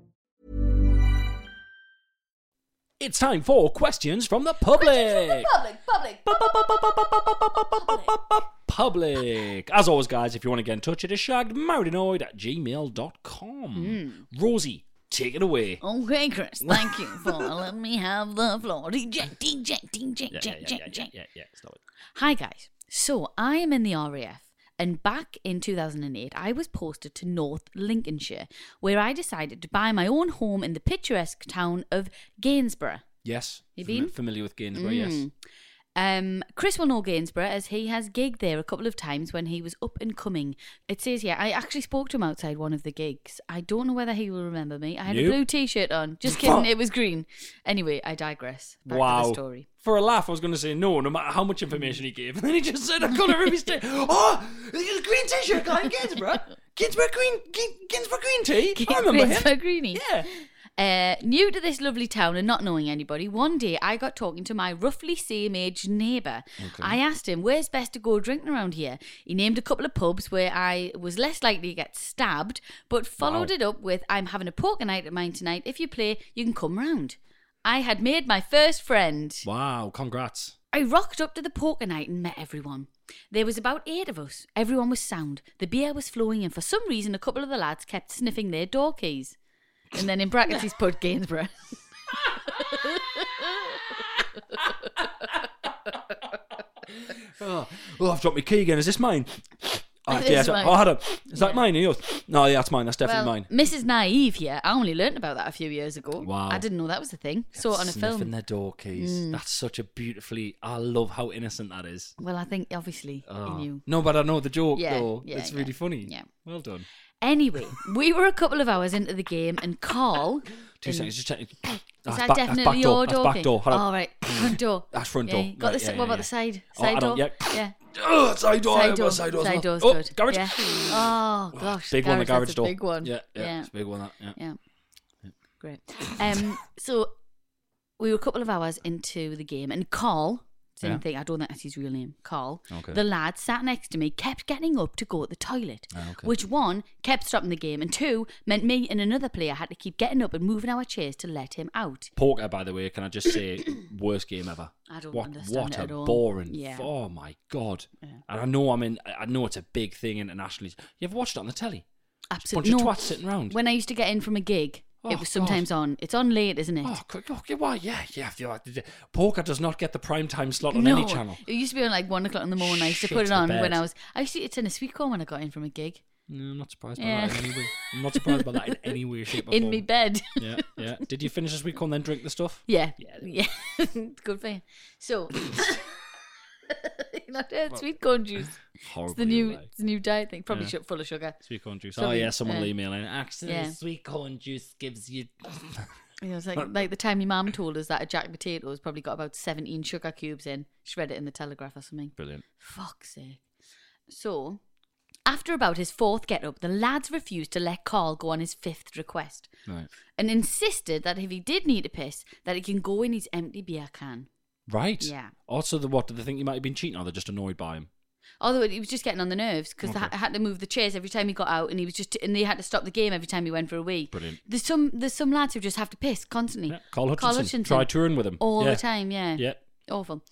S2: It's time for questions from the public.
S1: Public, public.
S2: public. As always, guys, if you want to get in touch, it is shaggedmarinoid at gmail.com.
S1: Mm.
S2: Rosie, take it away.
S1: Okay, Chris. Thank you for letting me have the floor. Deject, deject, deject,
S2: Yeah, yeah,
S1: deject,
S2: yeah, yeah,
S1: deject,
S2: yeah,
S1: deject.
S2: yeah, yeah. Stop it.
S1: Hi, guys. So I am in the RAF, and back in 2008, I was posted to North Lincolnshire, where I decided to buy my own home in the picturesque town of Gainsborough.
S2: Yes.
S1: You
S2: Fami-
S1: been? Mm,
S2: Familiar with Gainsborough, yes.
S1: Um, Chris will know Gainsborough as he has gigged there a couple of times when he was up and coming. It says here, I actually spoke to him outside one of the gigs. I don't know whether he will remember me. I had a
S2: Nope.
S1: blue t shirt on. Just kidding, it was green. Anyway, I digress. Back
S2: wow.
S1: to the story.
S2: For a laugh, I was going to say no, no matter how much information he gave. And then he just said, I can't remember his name. Oh, the green t shirt guy in Gainsborough. Gainsborough green, Gain- Gainsborough green tea. I remember him.
S1: Greeny.
S2: Yeah.
S1: Uh, new to this lovely town and not knowing anybody, one day I got talking to my roughly same age neighbour. I asked him, where's best to go drinking around here? He named a couple of pubs where I was less likely to get stabbed, but followed
S2: Wow.
S1: it up with, I'm having a poker night at mine tonight. If you play, you can come round. I had made my first friend.
S2: Wow, congrats.
S1: I rocked up to the poker night and met everyone. There was about eight of us. Everyone was sound. The beer was flowing, and for some reason, a couple of the lads kept sniffing their door keys. And then in brackets, he's put Gainsborough.
S2: Oh, oh, I've dropped my key again. Is this mine? Oh,
S1: It
S2: yeah, it's-
S1: is mine.
S2: oh, I had a, is that
S1: Yeah.
S2: mine or yours? No, yeah, that's mine. That's definitely
S1: well,
S2: mine.
S1: Mrs. Naive here. I only learnt about that a few years ago.
S2: Wow.
S1: I didn't know that was a thing. Saw it on a
S2: Sniffing
S1: film.
S2: their door keys.
S1: Mm.
S2: That's such a beautifully. I love how innocent that is.
S1: Well, I think obviously
S2: Oh.
S1: he knew.
S2: No, but I know the joke
S1: Yeah,
S2: though.
S1: yeah,
S2: it's
S1: yeah,
S2: really funny.
S1: yeah.
S2: Well done.
S1: Anyway, we were a couple of hours into the game, and Carl.
S2: Two
S1: in-
S2: seconds. Just checking.
S1: Is
S2: That's back-
S1: that
S2: that's
S1: definitely
S2: back door.
S1: your door?
S2: That's
S1: key?
S2: back door. Hold on.
S1: All right, front door.
S2: That's front
S1: Yeah,
S2: door.
S1: you got
S2: Right,
S1: the.
S2: yeah,
S1: what
S2: yeah,
S1: about
S2: yeah.
S1: the side?
S2: Oh, I
S1: Side
S2: don't-
S1: door.
S2: yeah.
S1: yeah.
S2: Oh, side door.
S1: Side
S2: yeah,
S1: door.
S2: Side door.
S1: Side door's
S2: oh,
S1: good.
S2: Garage.
S1: Yeah. Oh gosh.
S2: Big one. The
S1: garage,
S2: garage
S1: that's
S2: door.
S1: A big one.
S2: Yeah, yeah.
S1: Yeah.
S2: It's a big one. That. Yeah.
S1: Yeah. Great. Um. so we were a couple of hours into the game, and Carl. Same
S2: Yeah.
S1: thing. I don't think that's his real name. Carl.
S2: Okay.
S1: The lad sat next to me kept getting up to go at the toilet,
S2: Ah, okay.
S1: which one kept stopping the game, and two meant me and another player had to keep getting up and moving our chairs to let him out.
S2: Poker, by the way, can I just say, worst game ever.
S1: I don't
S2: what,
S1: understand
S2: What
S1: it
S2: a
S1: at all.
S2: boring.
S1: Yeah.
S2: Oh my god! And I know I'm in. I know it's a big thing internationally. You ever watched it on the telly?
S1: Absolutely.
S2: bunch of twats sitting round.
S1: When I used to get in from a gig,
S2: Oh,
S1: it was sometimes
S2: God.
S1: on. It's on late, isn't it?
S2: Oh, good, okay, why? Yeah, yeah. I feel like the- poker does not get the prime time slot on
S1: no,
S2: any channel.
S1: it used to be on like one o'clock in the morning. I used to
S2: Shit
S1: put it
S2: the
S1: on when
S2: bed.
S1: I was. I used to. It's in a sweet corn when I got in from a gig
S2: No, I'm not surprised by
S1: Yeah.
S2: that in any way. I'm not surprised by that in any way, shape, or
S1: in
S2: form.
S1: me bed.
S2: Yeah, yeah. Did you finish this week on then drink the stuff?
S1: Yeah, yeah, It's good for you. So, you know, it's sweet corn juice. It's the
S2: Horribly
S1: new,
S2: alright.
S1: it's the new diet thing. Probably
S2: Yeah.
S1: su- full of sugar.
S2: Sweet corn juice.
S1: Something,
S2: oh yeah, someone
S1: yeah.
S2: will email in. Actually,
S1: Yeah.
S2: sweet corn juice gives you.
S1: You know, it's like like the time your mum told us that a jack potato's probably got about seventeen sugar cubes in. She read it in the Telegraph or something.
S2: Brilliant.
S1: Fuck's sake. So, after about his fourth get up, the lads refused to let Carl go on his fifth request
S2: Right.
S1: and insisted that if he did need a piss, that he can go in his empty beer can.
S2: Right.
S1: Yeah.
S2: Also, the what? Do they think he might have been cheating, or they're just annoyed by him?
S1: Although he was just getting on the nerves because
S2: Okay.
S1: they ha- had to move the chairs every time he got out, and he was just and they had to stop the game every time he went for a wee.
S2: Brilliant.
S1: There's some there's some lads who just have to piss constantly.
S2: Yeah, Carl Hutchinson. Try touring with him
S1: all
S2: Yeah.
S1: the time. Yeah.
S2: Yeah.
S1: Awful.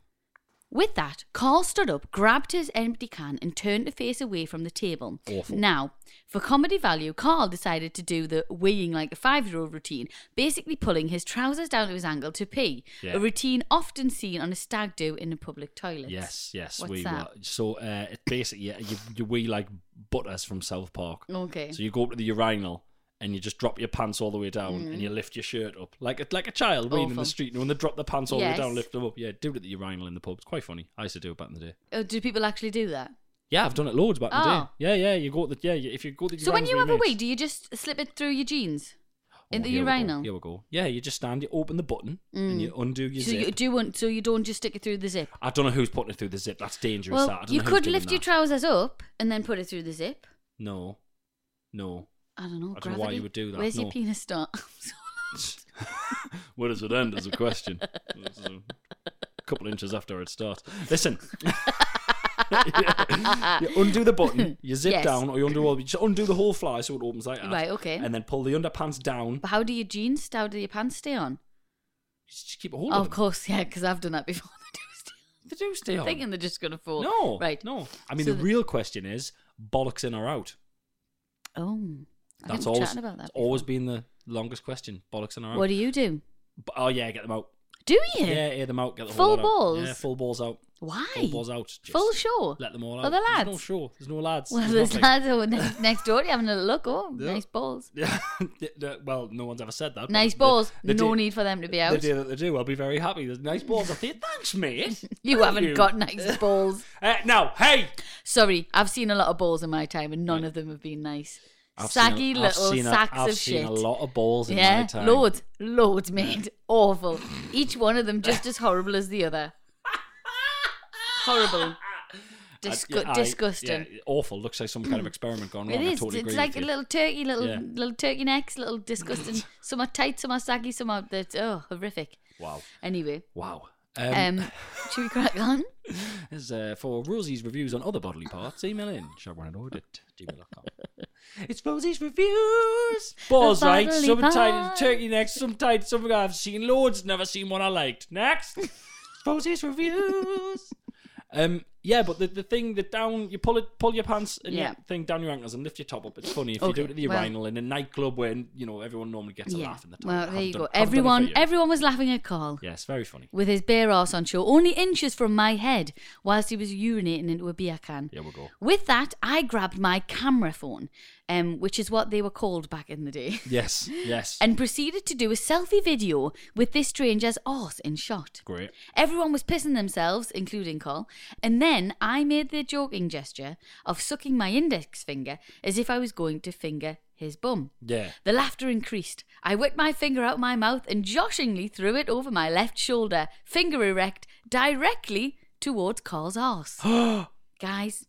S1: With that, Carl stood up, grabbed his empty can, and turned to face away from the table.
S2: Awful.
S1: Now, for comedy value, Carl decided to do the weighing like a five year old routine, basically pulling his trousers down to his ankle to pee,
S2: Yeah.
S1: a routine often seen on a stag do in a public toilet.
S2: Yes, yes,
S1: What's
S2: we
S1: that?
S2: were. So uh, it's basically yeah, you, you we like butters from South Park.
S1: Okay.
S2: So you go up to the urinal and you just drop your pants all the way down and you lift your shirt up like a, like a child being in
S1: Mm-hmm. Awful.
S2: the street. You know, when they drop the pants all
S1: Yes.
S2: the way down, lift them up. Yeah, do it at the urinal in the pub. It's quite funny. I used to do it back in the day.
S1: Oh, do people actually do that?
S2: Yeah, I've done it loads back in the day.
S1: Oh.
S2: Yeah, yeah. You go to the yeah. you- If you go to the
S1: So when
S2: urinals
S1: you
S2: with
S1: have
S2: your
S1: a wee,
S2: mates-
S1: do you just slip it through your jeans
S2: Oh,
S1: in the
S2: here we go,
S1: urinal? Mm.
S2: Here we go. Yeah, you just stand. You open the button and you undo your
S1: so
S2: zip.
S1: you do want, so you don't just stick it through the zip.
S2: I don't know who's putting it through the zip. That's dangerous. that. I
S1: Well,
S2: don't
S1: you
S2: know who's
S1: could
S2: doing
S1: lift your
S2: that.
S1: trousers up and then put it through the zip.
S2: No, no.
S1: I don't know.
S2: I don't know
S1: gravity.
S2: why you would do that,
S1: Where's your
S2: no.
S1: penis start?
S2: Where does it end is a question. This is a couple inches after it starts. Listen. you undo the button, you zip
S1: Yes.
S2: down, or you undo all. You just undo the whole fly so it opens like that.
S1: Right, okay.
S2: And then pull the underpants down.
S1: but how do your jeans? How do your pants stay on?
S2: Just keep a hold
S1: Oh,
S2: of
S1: of
S2: them.
S1: course, yeah, because I've done that before.
S2: They do stay
S1: I'm
S2: on.
S1: thinking they're just gonna fall.
S2: No,
S1: right?
S2: No, I mean
S1: So
S2: the
S1: the-
S2: real question is bollocks in or out.
S1: Oh, I
S2: That's
S1: think we're
S2: always
S1: chatting about that.
S2: it's always
S1: before.
S2: been the longest question. Bollocks in or out.
S1: What do you do?
S2: B- Oh yeah, get them out.
S1: Do you?
S2: Yeah, yeah, them out. Get the
S1: Full
S2: whole lot
S1: balls?
S2: Out. Yeah, full balls out.
S1: Why?
S2: Full balls out. Just
S1: Full show.
S2: Let them all out.
S1: Other
S2: There's
S1: lads.
S2: no show. There's no lads.
S1: Well, there's
S2: nothing.
S1: lads over next, next door having a look. Oh,
S2: Yeah.
S1: nice balls.
S2: Yeah, yeah, well, no one's ever said that. but
S1: Nice
S2: the-
S1: balls.
S2: the
S1: no
S2: day-
S1: need for them to be
S2: The
S1: out.
S2: day that they do, I'll be very happy. There's nice balls. I think, thanks, mate.
S1: You
S2: Thank
S1: haven't
S2: you."
S1: got nice balls.
S2: Uh, now, hey,
S1: Sorry, I've seen a lot of balls in my time, and none of them have been nice.
S2: I've seen a-
S1: Saggy
S2: I've
S1: little
S2: seen a-
S1: sacks
S2: I've
S1: of
S2: seen
S1: shit.
S2: a lot of balls in my
S1: yeah,
S2: time.
S1: loads, loads, mate. Awful. Each one of them just as horrible as the other. Horrible. Disgu-
S2: yeah,
S1: disgusting.
S2: yeah, awful. Looks like some kind of experiment gone
S1: It
S2: wrong. I
S1: is.
S2: totally
S1: it's
S2: agree
S1: like a
S2: with you.
S1: little turkey, little
S2: Yeah.
S1: little turkey necks, little disgusting. some are tight, some are saggy, some are that's oh horrific.
S2: Wow.
S1: Anyway,
S2: Wow.
S1: um, should we crack on?
S2: As, uh, for Rosie's reviews on other bodily parts, email in shotgunandaudit at gmail.com. It's Rosie's reviews! Balls
S1: The
S2: right,
S1: bodily
S2: some tight
S1: parts.
S2: turkey necks, some tight, some I've seen loads, never seen one I liked. Next! Rosie's reviews! Um, yeah, but the, the thing that down, you pull it, pull your pants and
S1: Yeah.
S2: your thing down your ankles and lift your top up. It's funny if you
S1: Okay,
S2: do it at the
S1: well-
S2: urinal in a nightclub where, you know, everyone normally gets a laugh in the top.
S1: Well,
S2: Haven't
S1: there you
S2: done-
S1: go.
S2: haven't done it for
S1: Everyone,
S2: you.
S1: everyone was laughing at Carl.
S2: Yes, very funny.
S1: With his bare arse on show, only inches from my head, whilst he was urinating into a beer can.
S2: Yeah, we'll go.
S1: With that, I grabbed my camera phone, um, which is what they were called back in the day,
S2: Yes, yes.
S1: and proceeded to do a selfie video with this stranger's arse in shot.
S2: Great.
S1: Everyone was pissing themselves, including Col, and then I made the joking gesture of sucking my index finger as if I was going to finger his bum.
S2: Yeah.
S1: The laughter increased. I whipped my finger out my mouth and joshingly threw it over my left shoulder, finger erect, directly towards Carl's arse. Guys,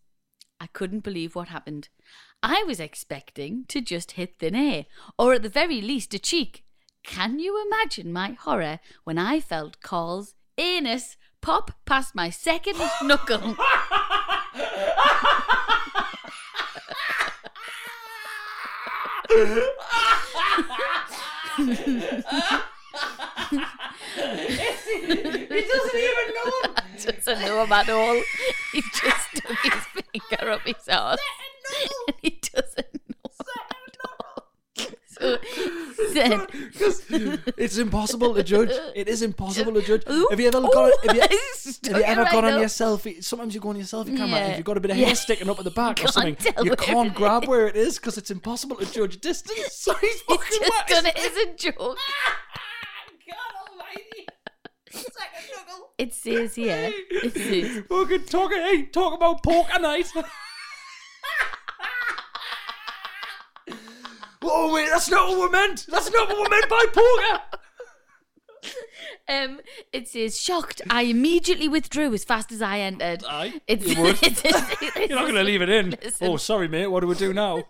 S1: I couldn't believe what happened. I was expecting to just hit thin air, or at the very least a cheek. Can you imagine my horror when I felt Carl's anus pop past my second knuckle?
S2: He doesn't even know him.
S1: doesn't know him at all. He just stuck his finger up his arse. And he doesn't know at all. So said,
S2: Because it's impossible to judge. It is impossible to judge.
S1: Ooh,
S2: have you ever gone?
S1: ooh,
S2: Have you,
S1: I
S2: have
S1: stuck
S2: you
S1: it
S2: ever
S1: right
S2: gone on
S1: up.
S2: your selfie? Sometimes you go on your selfie camera.
S1: Yeah.
S2: If you've got a bit of
S1: Yeah.
S2: hair sticking up at the back or
S1: Can't
S2: something,
S1: tell
S2: you
S1: where
S2: can't
S1: it
S2: grab
S1: is.
S2: where it is because it's impossible to judge distance. So he's
S1: he's
S2: fucking
S1: just
S2: wet.
S1: done it as a joke. It says here, it says,
S2: Fucking talk, hey, talk about pork and ice. oh wait, that's not what we meant. That's not what we meant by porker.
S1: um, it says, shocked, I immediately withdrew as fast as I entered.
S2: Aye,
S1: It's,
S2: you would.
S1: it's- it's-
S2: You're not going to leave it in.
S1: Listen.
S2: Oh, sorry, mate. What do we do now?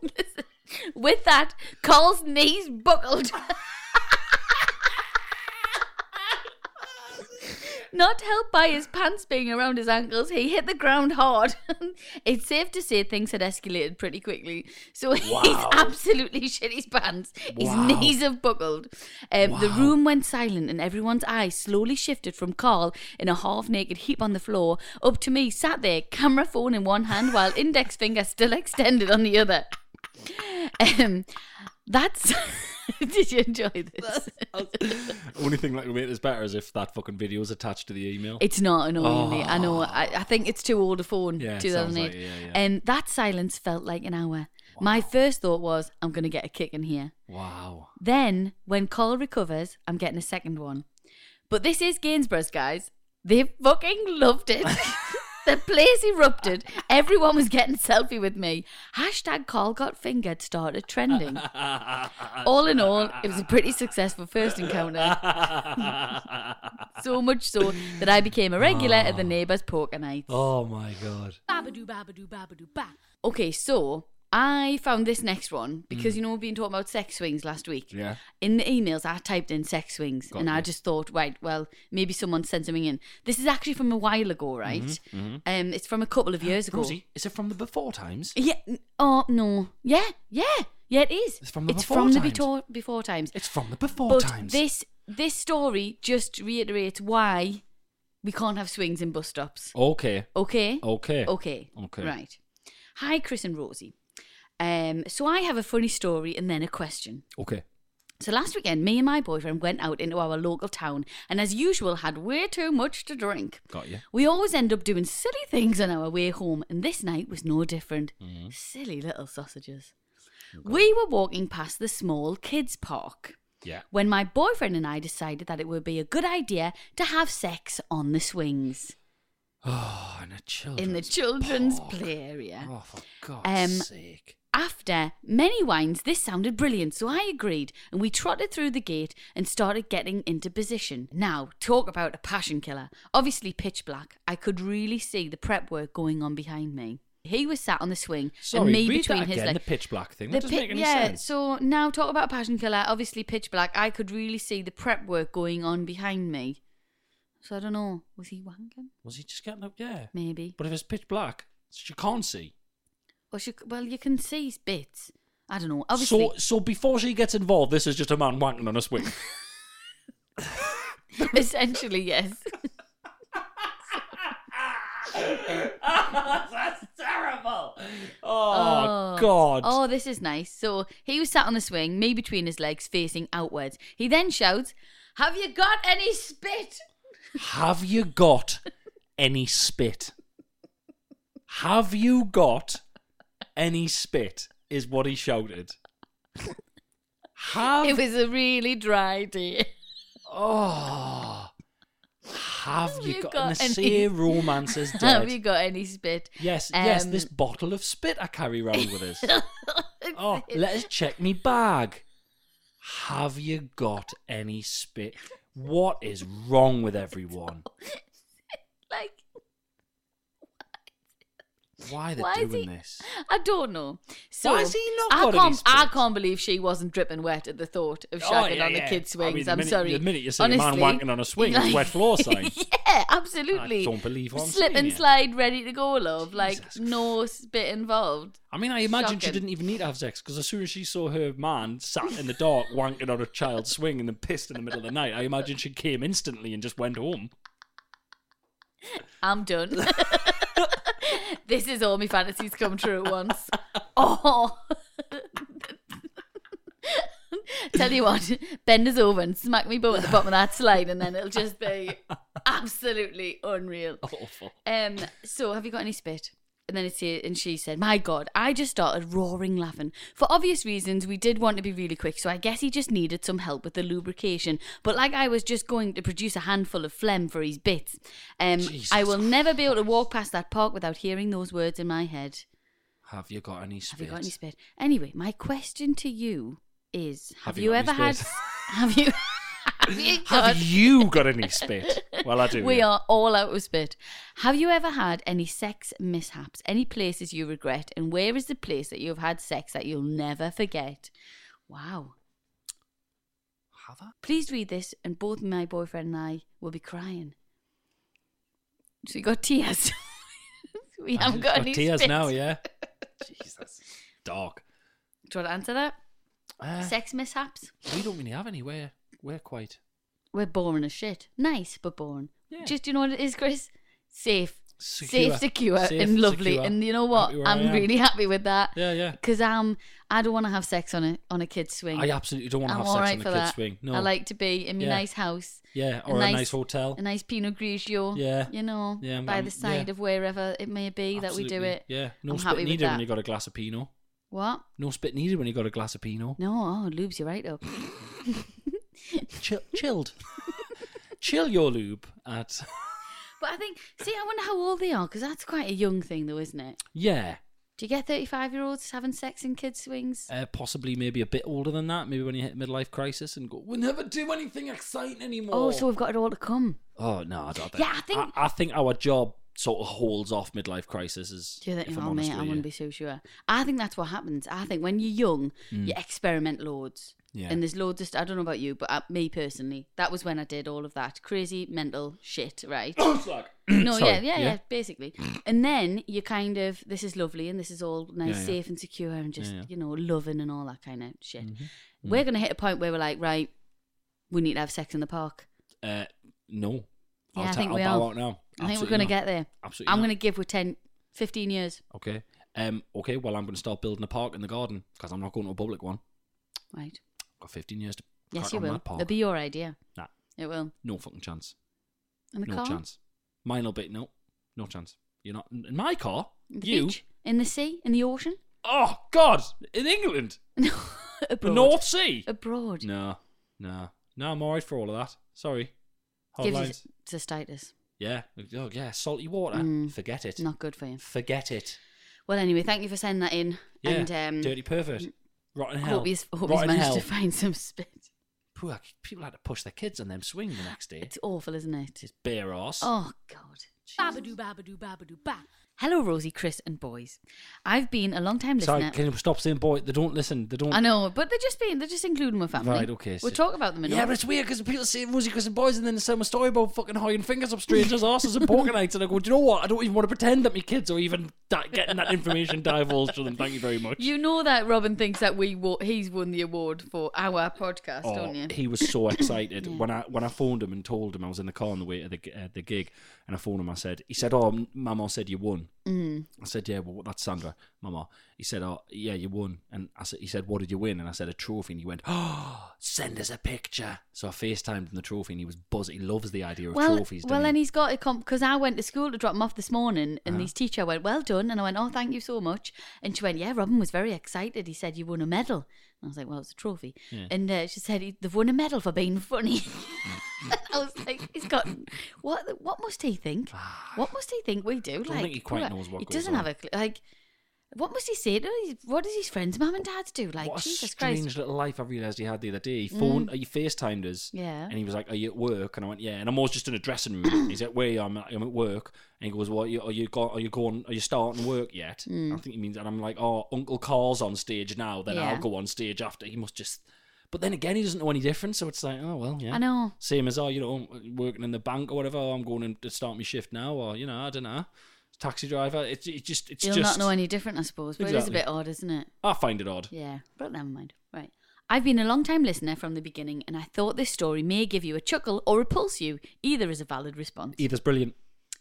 S1: With that, Carl's knees buckled. Not helped by his pants being around his ankles, he hit the ground hard. it's safe to say things had escalated pretty quickly. So he's
S2: Wow.
S1: absolutely shit his pants.
S2: Wow.
S1: His knees have buckled. Um, The room went silent, and everyone's eyes slowly shifted from Carl in a half naked heap on the floor up to me, sat there, camera phone in one hand while index finger still extended on the other. Um, that's. Did you enjoy this?
S2: Only thing that can make this better is if that fucking video is attached to the email.
S1: It's not an old mate. I know. I, I think it's too old a phone.
S2: Yeah, it sounds
S1: 2008.
S2: like it, yeah, yeah.
S1: Um, that silence felt like an hour. My first thought was, I'm going to get a kick in here.
S2: wow.
S1: Then, when Cole recovers, I'm getting a second one. But this is Gainsborough's, guys. They fucking loved it. the place erupted. Everyone was getting selfie with me. Hashtag Cole got fingered started trending. all in all, it was a pretty successful first encounter. So much so that I became a regular at the neighbour's poker nights.
S2: Oh my god.
S3: Babadoo, babadoo, babadoo, ba.
S1: Okay, so I found this next one because you know we've been talking about sex swings last week.
S2: Hmm. Yeah.
S1: In the emails, I typed in sex swings,
S2: Got
S1: and I
S2: you.
S1: just thought, right, well, maybe someone sent something in. This is actually from a while ago, right? Um, it's from a couple of years ago.
S2: Mm-hmm, Rosie, is it from the before times?
S1: Yeah. n- Oh no. Yeah. Yeah. Yeah. It is.
S2: It's from the
S1: it's
S2: before
S1: from the
S2: times.
S1: before, before times.
S2: It's from the before
S1: but
S2: times.
S1: this this story just reiterates why we can't have swings in bus stops.
S2: Okay.
S1: Okay.
S2: Okay.
S1: Okay.
S2: Okay.
S1: Right. Hi, Chris and Rosie. Um, so I have a funny story and then a question.
S2: Okay.
S1: So last weekend, me and my boyfriend went out into our local town and, as usual, had way too much to drink.
S2: Got you.
S1: We always end up doing silly things on our way home, and this night was no different.
S2: Mm-hmm.
S1: Silly little sausages. We were walking past the small kids' park
S2: Yeah.
S1: when my boyfriend and I decided that it would be a good idea to have sex on the swings
S2: Oh, and a children.
S1: in the children's play area.
S2: Oh, for God's
S1: Um,
S2: sake.
S1: After many wines, this sounded brilliant, so I agreed, and we trotted through the gate and started getting into position. Now, talk about a passion killer. Obviously, pitch black. I could really see the prep work going on behind me. He was sat on the swing,
S2: Sorry,
S1: and me
S2: read
S1: between
S2: that
S1: his
S2: again,
S1: legs.
S2: the pitch black thing. That
S1: The
S2: doesn't
S1: pi-
S2: make any
S1: yeah,
S2: sense.
S1: so now talk about a passion killer. Obviously, pitch black. I could really see the prep work going on behind me. So I don't know. Was he wanking?
S2: Was he just getting up? Yeah.
S1: Maybe.
S2: But if it's pitch black, you can't see.
S1: Or she, well, you can see his bits. I don't know. Obviously,
S2: So, so before she gets involved, this is just a man wanking on a swing.
S1: essentially, yes.
S2: That's terrible. Oh, God.
S1: Oh, this is nice. So he was sat on the swing, me between his legs, facing outwards. He then shouts, Have you got any spit?
S2: Have you got any spit? Have you got any spit? Is what he shouted. Have
S1: It was a really dry day.
S2: oh, have you,
S1: you
S2: got,
S1: got
S2: and the
S1: any-
S2: same romance is dead.
S1: Have you got any spit?
S2: Yes, yes,
S1: Um,
S2: this bottle of spit I carry round with us. oh, let us check me bag. Have you got any spit? What is wrong with everyone?
S1: Like,
S2: Why are they
S1: Why is
S2: doing
S1: he-
S2: this?
S1: I don't know. So
S2: has he not
S1: I
S2: got any
S1: can't, I
S2: spit?
S1: can't believe she wasn't dripping wet at the thought of
S2: Oh,
S1: shagging
S2: yeah,
S1: on the
S2: yeah.
S1: kids'
S2: I mean,
S1: swings.
S2: the
S1: I'm
S2: minute-
S1: sorry.
S2: the minute you see a man wanking on a swing, it's wet floor sign.
S1: yeah, absolutely.
S2: I don't believe what I'm
S1: Slip
S2: seeing
S1: and
S2: here.
S1: slide, ready to go, love. Like
S2: Jesus
S1: no spit involved.
S2: I mean, I imagine she
S1: Shocking.
S2: didn't even need to have sex because as soon as she saw her man sat in the dark wanking on a child's swing and then pissed in the middle of the night, I imagine she came instantly and just went home.
S1: I'm done. this is all my fantasies come true at once. Oh. Tell you what, bend us over and smack me bow at the bottom of that slide, and then it'll just be absolutely unreal.
S2: Awful.
S1: Um, so have you got any spit? And then it's here, and she said, My God, I just started roaring laughing. For obvious reasons, we did want to be really quick, so I guess he just needed some help with the lubrication. But like I was just going to produce a handful of phlegm for his bits. Um,
S2: Jesus
S1: I will never be able to walk past that park without hearing those words in my head.
S2: Have you got any
S1: Have
S2: spit?
S1: you got any spit? Anyway, my question to you is Have,
S2: Have
S1: you,
S2: you got
S1: ever
S2: any
S1: had.
S2: spit?
S1: Have you. Have you got-
S2: Have you got any spit? Well, I do.
S1: we
S2: yeah.
S1: are all out of spit. Have you ever had any sex mishaps? Any places you regret? And where is the place that you have had sex that you'll never forget? Wow.
S2: Have I?
S1: Please read this, and both my boyfriend and I will be crying. So you got tears. we
S2: I've
S1: haven't
S2: just
S1: got, any
S2: tears
S1: spit.
S2: now, yeah. Jesus, dog.
S1: Do you want to answer that?
S2: Uh,
S1: Sex mishaps?
S2: we don't really have any. We're we're quite.
S1: We're boring as shit. Nice, but boring.
S2: Yeah.
S1: Just you know what it is, Chris? Safe.
S2: Secure.
S1: Safe, secure,
S2: Safe,
S1: and lovely.
S2: secure.
S1: And you know what?
S2: Happy where I
S1: I'm
S2: am.
S1: really happy with that.
S2: Yeah, yeah.
S1: Because um, I don't want to have sex on a on a kid's swing.
S2: I absolutely don't want to
S1: I'm
S2: have
S1: all
S2: sex
S1: right
S2: on the
S1: for
S2: kids'
S1: that.
S2: swing. No.
S1: I like to be in my
S2: Yeah.
S1: nice house,
S2: Yeah,
S1: a
S2: or a nice,
S1: nice-
S2: hotel.
S1: a nice Pinot Grigio.
S2: Yeah.
S1: you know,
S2: Yeah, I'm-
S1: by
S2: I'm-
S1: the side
S2: yeah.
S1: of wherever it may be that we do
S2: Absolutely.
S1: it.
S2: Yeah, no
S1: I'm
S2: spit
S1: happy with
S2: needed
S1: that.
S2: when you got a glass of Pinot.
S1: What?
S2: No spit needed when you got a glass of Pinot.
S1: No, oh, it lubes you right up.
S2: Chill, chilled. Chill your lube at.
S1: but I think, see, I wonder how old they are because that's quite a young thing, though, isn't it?
S2: Yeah,
S1: Do you get thirty-five-year-olds having sex in kids' swings?
S2: uh, possibly maybe a bit older than that. Maybe when you hit midlife crisis and go, we never do anything exciting anymore.
S1: oh, so we've got it all to come.
S2: Oh no, I don't think.
S1: Yeah, I think-
S2: I, think our job sort of holds off midlife crises.
S1: Do you think,
S2: if I'm
S1: oh,
S2: honest
S1: mate, I
S2: with you.
S1: wouldn't be so sure. I think that's what happens. I think when you're young, you experiment loads.
S2: Mm. Yeah.
S1: And there's loads of, st- I don't know about you, but uh, me personally, that was when I did all of that crazy mental shit, right? no,
S2: Sorry,
S1: yeah, yeah, yeah,
S2: yeah.
S1: basically. And then you kind of, this is lovely and this is all nice,
S2: Yeah, yeah.
S1: safe and secure and just,
S2: Yeah, yeah. Mm-hmm. Mm.
S1: you know, loving and all that kind of shit. We're going to hit a point where we're like, right, we need to have sex in the park.
S2: Uh, no. I'll
S1: Yeah, I
S2: ta-
S1: think
S2: I'll
S1: we
S2: bow
S1: are.
S2: out now.
S1: I think we're
S2: Absolutely
S1: going to
S2: not.
S1: get there.
S2: Absolutely
S1: I'm
S2: not.
S1: going to give with 10, 15 years.
S2: Okay. Um. Okay. Well, I'm going to start building a park in the garden because I'm not going to a public one.
S1: Right.
S2: got 15 years to.
S1: Yes,
S2: crack
S1: you
S2: on
S1: will.
S2: That park.
S1: It'll be your idea.
S2: Nah,
S1: It will.
S2: no fucking chance.
S1: In the
S2: no
S1: car?
S2: chance. Mine'll be no, no chance. You're not in my car.
S1: In the
S2: you.
S1: beach? In the sea? In the ocean?
S2: Oh God! In England,
S1: No.
S2: the
S1: Abroad.
S2: North Sea.
S1: Abroad.
S2: No, no, no. I'm all right for all of that. Sorry. Hard
S1: Gives
S2: lines.
S1: you cystitis.
S2: Yeah. Oh yeah. Salty water.
S1: Mm.
S2: Forget it.
S1: Not good for you.
S2: Forget it.
S1: Well, anyway, thank you for sending that in.
S2: Yeah.
S1: And um,
S2: Dirty pervert. Rotten hell.
S1: hope he's, hope he's
S2: Rotten
S1: managed
S2: hell.
S1: to find some spit.
S2: Phew, like, people had to push their kids on them swing the next day.
S1: It's awful, isn't it?
S2: It's bare ass.
S1: Oh God.
S3: Babadoo, babadoo, babadoo, ba.
S1: Hello, Rosie, Chris, and boys. I've been a long time
S2: Sorry,
S1: listener.
S2: can you stop saying boy? They don't listen. They don't.
S1: I know, but they're just being they're just including my family.
S2: Right, okay.
S1: We'll talk about them in a
S2: Yeah, but
S1: minute.
S2: it's weird because people say Rosie Chris and Boys and then they tell them a story about fucking hiding fingers up strangers' asses and poker nights. And I go, do you know what? I don't even want to pretend that my kids are even di- getting that information divulged to them. Thank you very much.
S1: You know that Robin thinks that we wo- he's won the award for our podcast,
S2: Oh,
S1: don't you?
S2: He was so excited when I when I phoned him and told him I was in the car on the way to the g- uh, the gig, and I phoned him. I said, he said, "Oh, Mama said you won." Mm. I said, "Yeah, well, that's Sandra, Mama." He said, "Oh, yeah, you won." And I said, he said, "What did you win?" And I said, "A trophy." And he went, "Oh, send us a picture." So I FaceTimed him the trophy, and he was buzzing. He loves the idea of
S1: well,
S2: trophies. doesn't
S1: well,
S2: he? Uh-huh.
S1: and he's got a comp because I went to school to drop him off this morning, and his teacher went, "Well done," and I went, "Oh, thank you so much." And she went, "Yeah, Robin was very excited. He said you won a medal." And I was like, "Well, it's a trophy." And uh, she said, "They've won a medal for being funny."
S2: Mm,
S1: And I was like, "He's got what? What must he think? What must he think we do?"
S2: Ah. don't
S1: like,
S2: think he quite
S1: what-
S2: knows what
S1: he
S2: goes
S1: doesn't
S2: on.
S1: have a clue. Like, what must he say to his? What does his friends, mum and dads, do? Like,
S2: what a
S1: Jesus
S2: strange
S1: Christ! Mm.
S2: little life I realised he had the other day. He phoned, he FaceTimed us.
S1: Yeah.
S2: And he was like, Are you at work? And I went, Yeah. And I'm always just in a dressing room. He's like, Where are you? I'm at, I'm at work. And he goes, What are you, are you, go- are you going? Are you starting work yet?
S1: Mm.
S2: I think he means, and I'm like, Oh, Uncle Carl's on stage now. Then
S1: Yeah.
S2: I'll go on stage after. He must just. But then again, he doesn't know any difference. So it's like, Oh, well, yeah.
S1: I know.
S2: Same as, Oh, you know, working in the bank or whatever. Oh, I'm going in to start my shift now. Or, you know, I don't know. Taxi driver. It's, it's just, it's
S1: He'll
S2: just.
S1: not know any different, I suppose. But it is a
S2: Exactly.
S1: bit odd, isn't it?
S2: I find it odd.
S1: Yeah, but never mind. Right. I've been a long time listener from the beginning, and I thought this story may give you a chuckle or repulse you. Either is a valid response.
S2: Either's brilliant.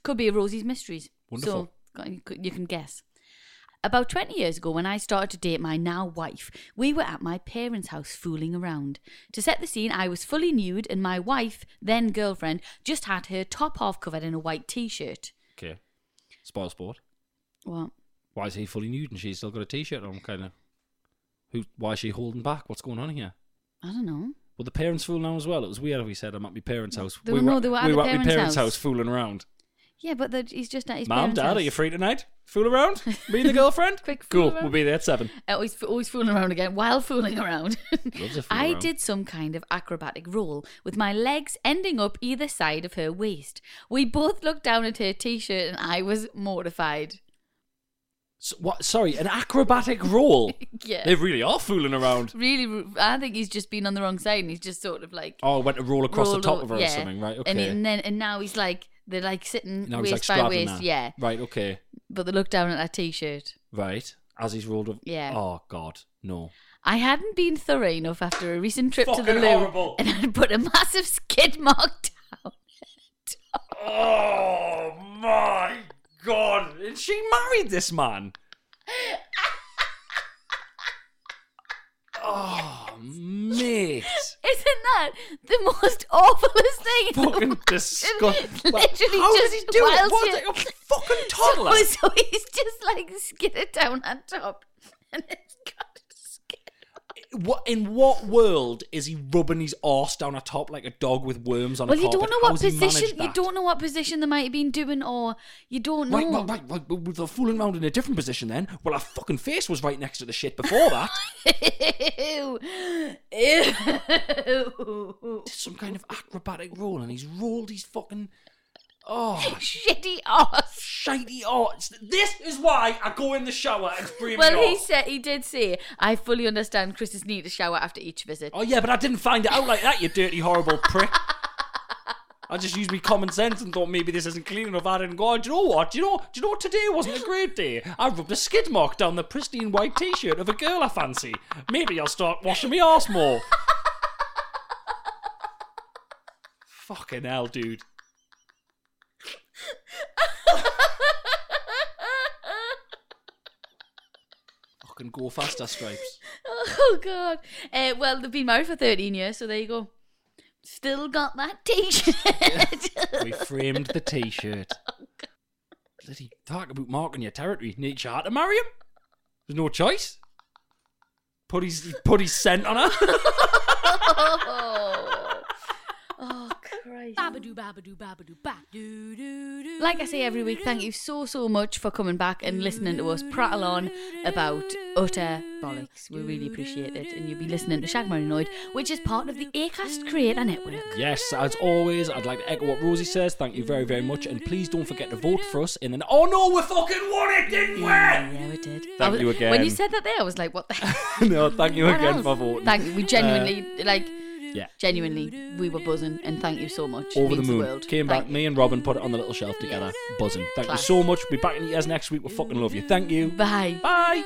S1: Could be a Rosie's Mysteries.
S2: Wonderful.
S1: So you could- you can guess. About 20 years ago, when I started to date my now wife, we were at my parents' house fooling around. To set the scene, I was fully nude, and my wife, then girlfriend, just had her top half covered in a white t shirt.
S2: Okay. Spoil sport.
S1: What?
S2: why is he fully nude and she's still got a t-shirt on kind of who why is she holding back what's going on here
S1: I don't know.
S2: well the parents fool now as well it was weird how he said i'm at my parents house
S1: They
S2: we
S1: were-
S2: were,
S1: no,
S2: at-
S1: they were at
S2: we
S1: the
S2: were at my
S1: parents'
S2: parents house
S1: house.
S2: fooling around
S1: Yeah, but the, he's just at his
S2: mom
S1: parents'
S2: dad are
S1: house.
S2: you free tonight fool around me and the girlfriend
S1: Quick fool
S2: cool
S1: around.
S2: we'll be there at seven
S1: Uh, Always, always fooling around again while fooling around.
S2: Loves a fool
S1: I
S2: around.
S1: did some kind of acrobatic roll with my legs ending up either side of her waist. We both looked down at her t shirt and I was mortified.
S2: so, what sorry an acrobatic roll
S1: Yeah.
S2: they really are fooling around
S1: Really, ru- I think he's just been on the wrong side and he's just sort of like.
S2: oh went to roll across
S1: rolled
S2: the top
S1: o-
S2: of her or
S1: yeah.
S2: something right okay
S1: And, he- and then and now he's like, they're like sitting
S2: now he's
S1: waist
S2: like
S1: by
S2: straddling
S1: waist.
S2: that.
S1: Yeah.
S2: right okay
S1: But they looked down at that t shirt.
S2: right as he's rolled up
S1: Yeah.
S2: oh god no
S1: I hadn't been thorough enough after a recent trip to the
S2: Fucking
S1: loo
S2: horrible.
S1: and I'd put a massive skid mark down.
S2: Oh my god! And she married this man. oh mate.
S1: Isn't that the most awfulest thing? in the
S2: Fucking
S1: world?
S2: disgusting.
S1: Literally
S2: How
S1: just
S2: did he do it? Was
S1: whilst you-
S2: it a fucking toddler?
S1: So, Oh, so he's just like skidded down on top, and it's got a skid.
S2: What in what world is he rubbing his arse down a top like a dog with worms on
S1: Well,
S2: a
S1: you
S2: carpet?
S1: don't know
S2: How
S1: what
S2: has he managed
S1: position you
S2: that?
S1: don't know what position they might have been doing, or you don't know.
S2: Right, right, right, right. Well, they're fooling around in a different position then. Well, her fucking face was right next to the shit before that.
S1: Ew. Ew.
S2: Did some kind of acrobatic roll and he's rolled his fucking. Oh,
S1: Shitty ass.
S2: shitey arts. This is why I go in the shower and spray
S1: Well,
S2: me
S1: he
S2: off.
S1: said he did say, "I fully understand Chris's need to shower after each visit."
S2: Oh yeah, but I didn't find it out like that, you dirty horrible prick. I just used my common sense and thought maybe this isn't clean enough. I didn't go. "Oh, Do you know what? Do you know? Do you know what? Today wasn't a great day. I rubbed a skid mark down the pristine white t-shirt of a girl I fancy. Maybe I'll start washing my ass more. Fucking hell, dude. Fucking go faster, stripes.
S1: Oh God! Uh, well, they've been married for thirteen years, so there you go. Still got that T-shirt.
S2: We framed the T-shirt.
S1: Oh,
S2: Bloody talk about marking your territory. Nature had to marry him. There's no choice. Put his he put his scent on her.
S1: oh. oh Christ!
S3: Babadoo, babadoo, babadoo, ba. Doo, doo, doo.
S1: Like I say every week, thank you so, so much for coming back and listening to us prattle on about utter bollocks. We really appreciate it. And you'll be listening to Shag Marinoid, which is part of the ACAST Creator Network.
S2: Yes, as always, I'd like to echo what Rosie says. Thank you very, very much. And please don't forget to vote for us in the. Oh no, we fucking won it, didn't
S1: Yeah,
S2: we?
S1: yeah, we did.
S2: Thank
S1: I was-
S2: you
S1: When
S2: again.
S1: you said that there, I was like, what the heck?
S2: no, thank you
S1: What
S2: again
S1: else?
S2: for voting. Uh,
S1: Thank you. We genuinely, like,
S2: yeah.
S1: genuinely, we were buzzing. And thank you so much.
S2: Over the
S1: Means
S2: moon.
S1: world.
S2: Came
S1: Thank
S2: back,
S1: you.
S2: me and Robin put it on the little shelf together. Buzzing. Thank
S1: Class.
S2: you so much. Be back in the ears next week. We fucking love you. Thank you.
S1: Bye.
S2: Bye.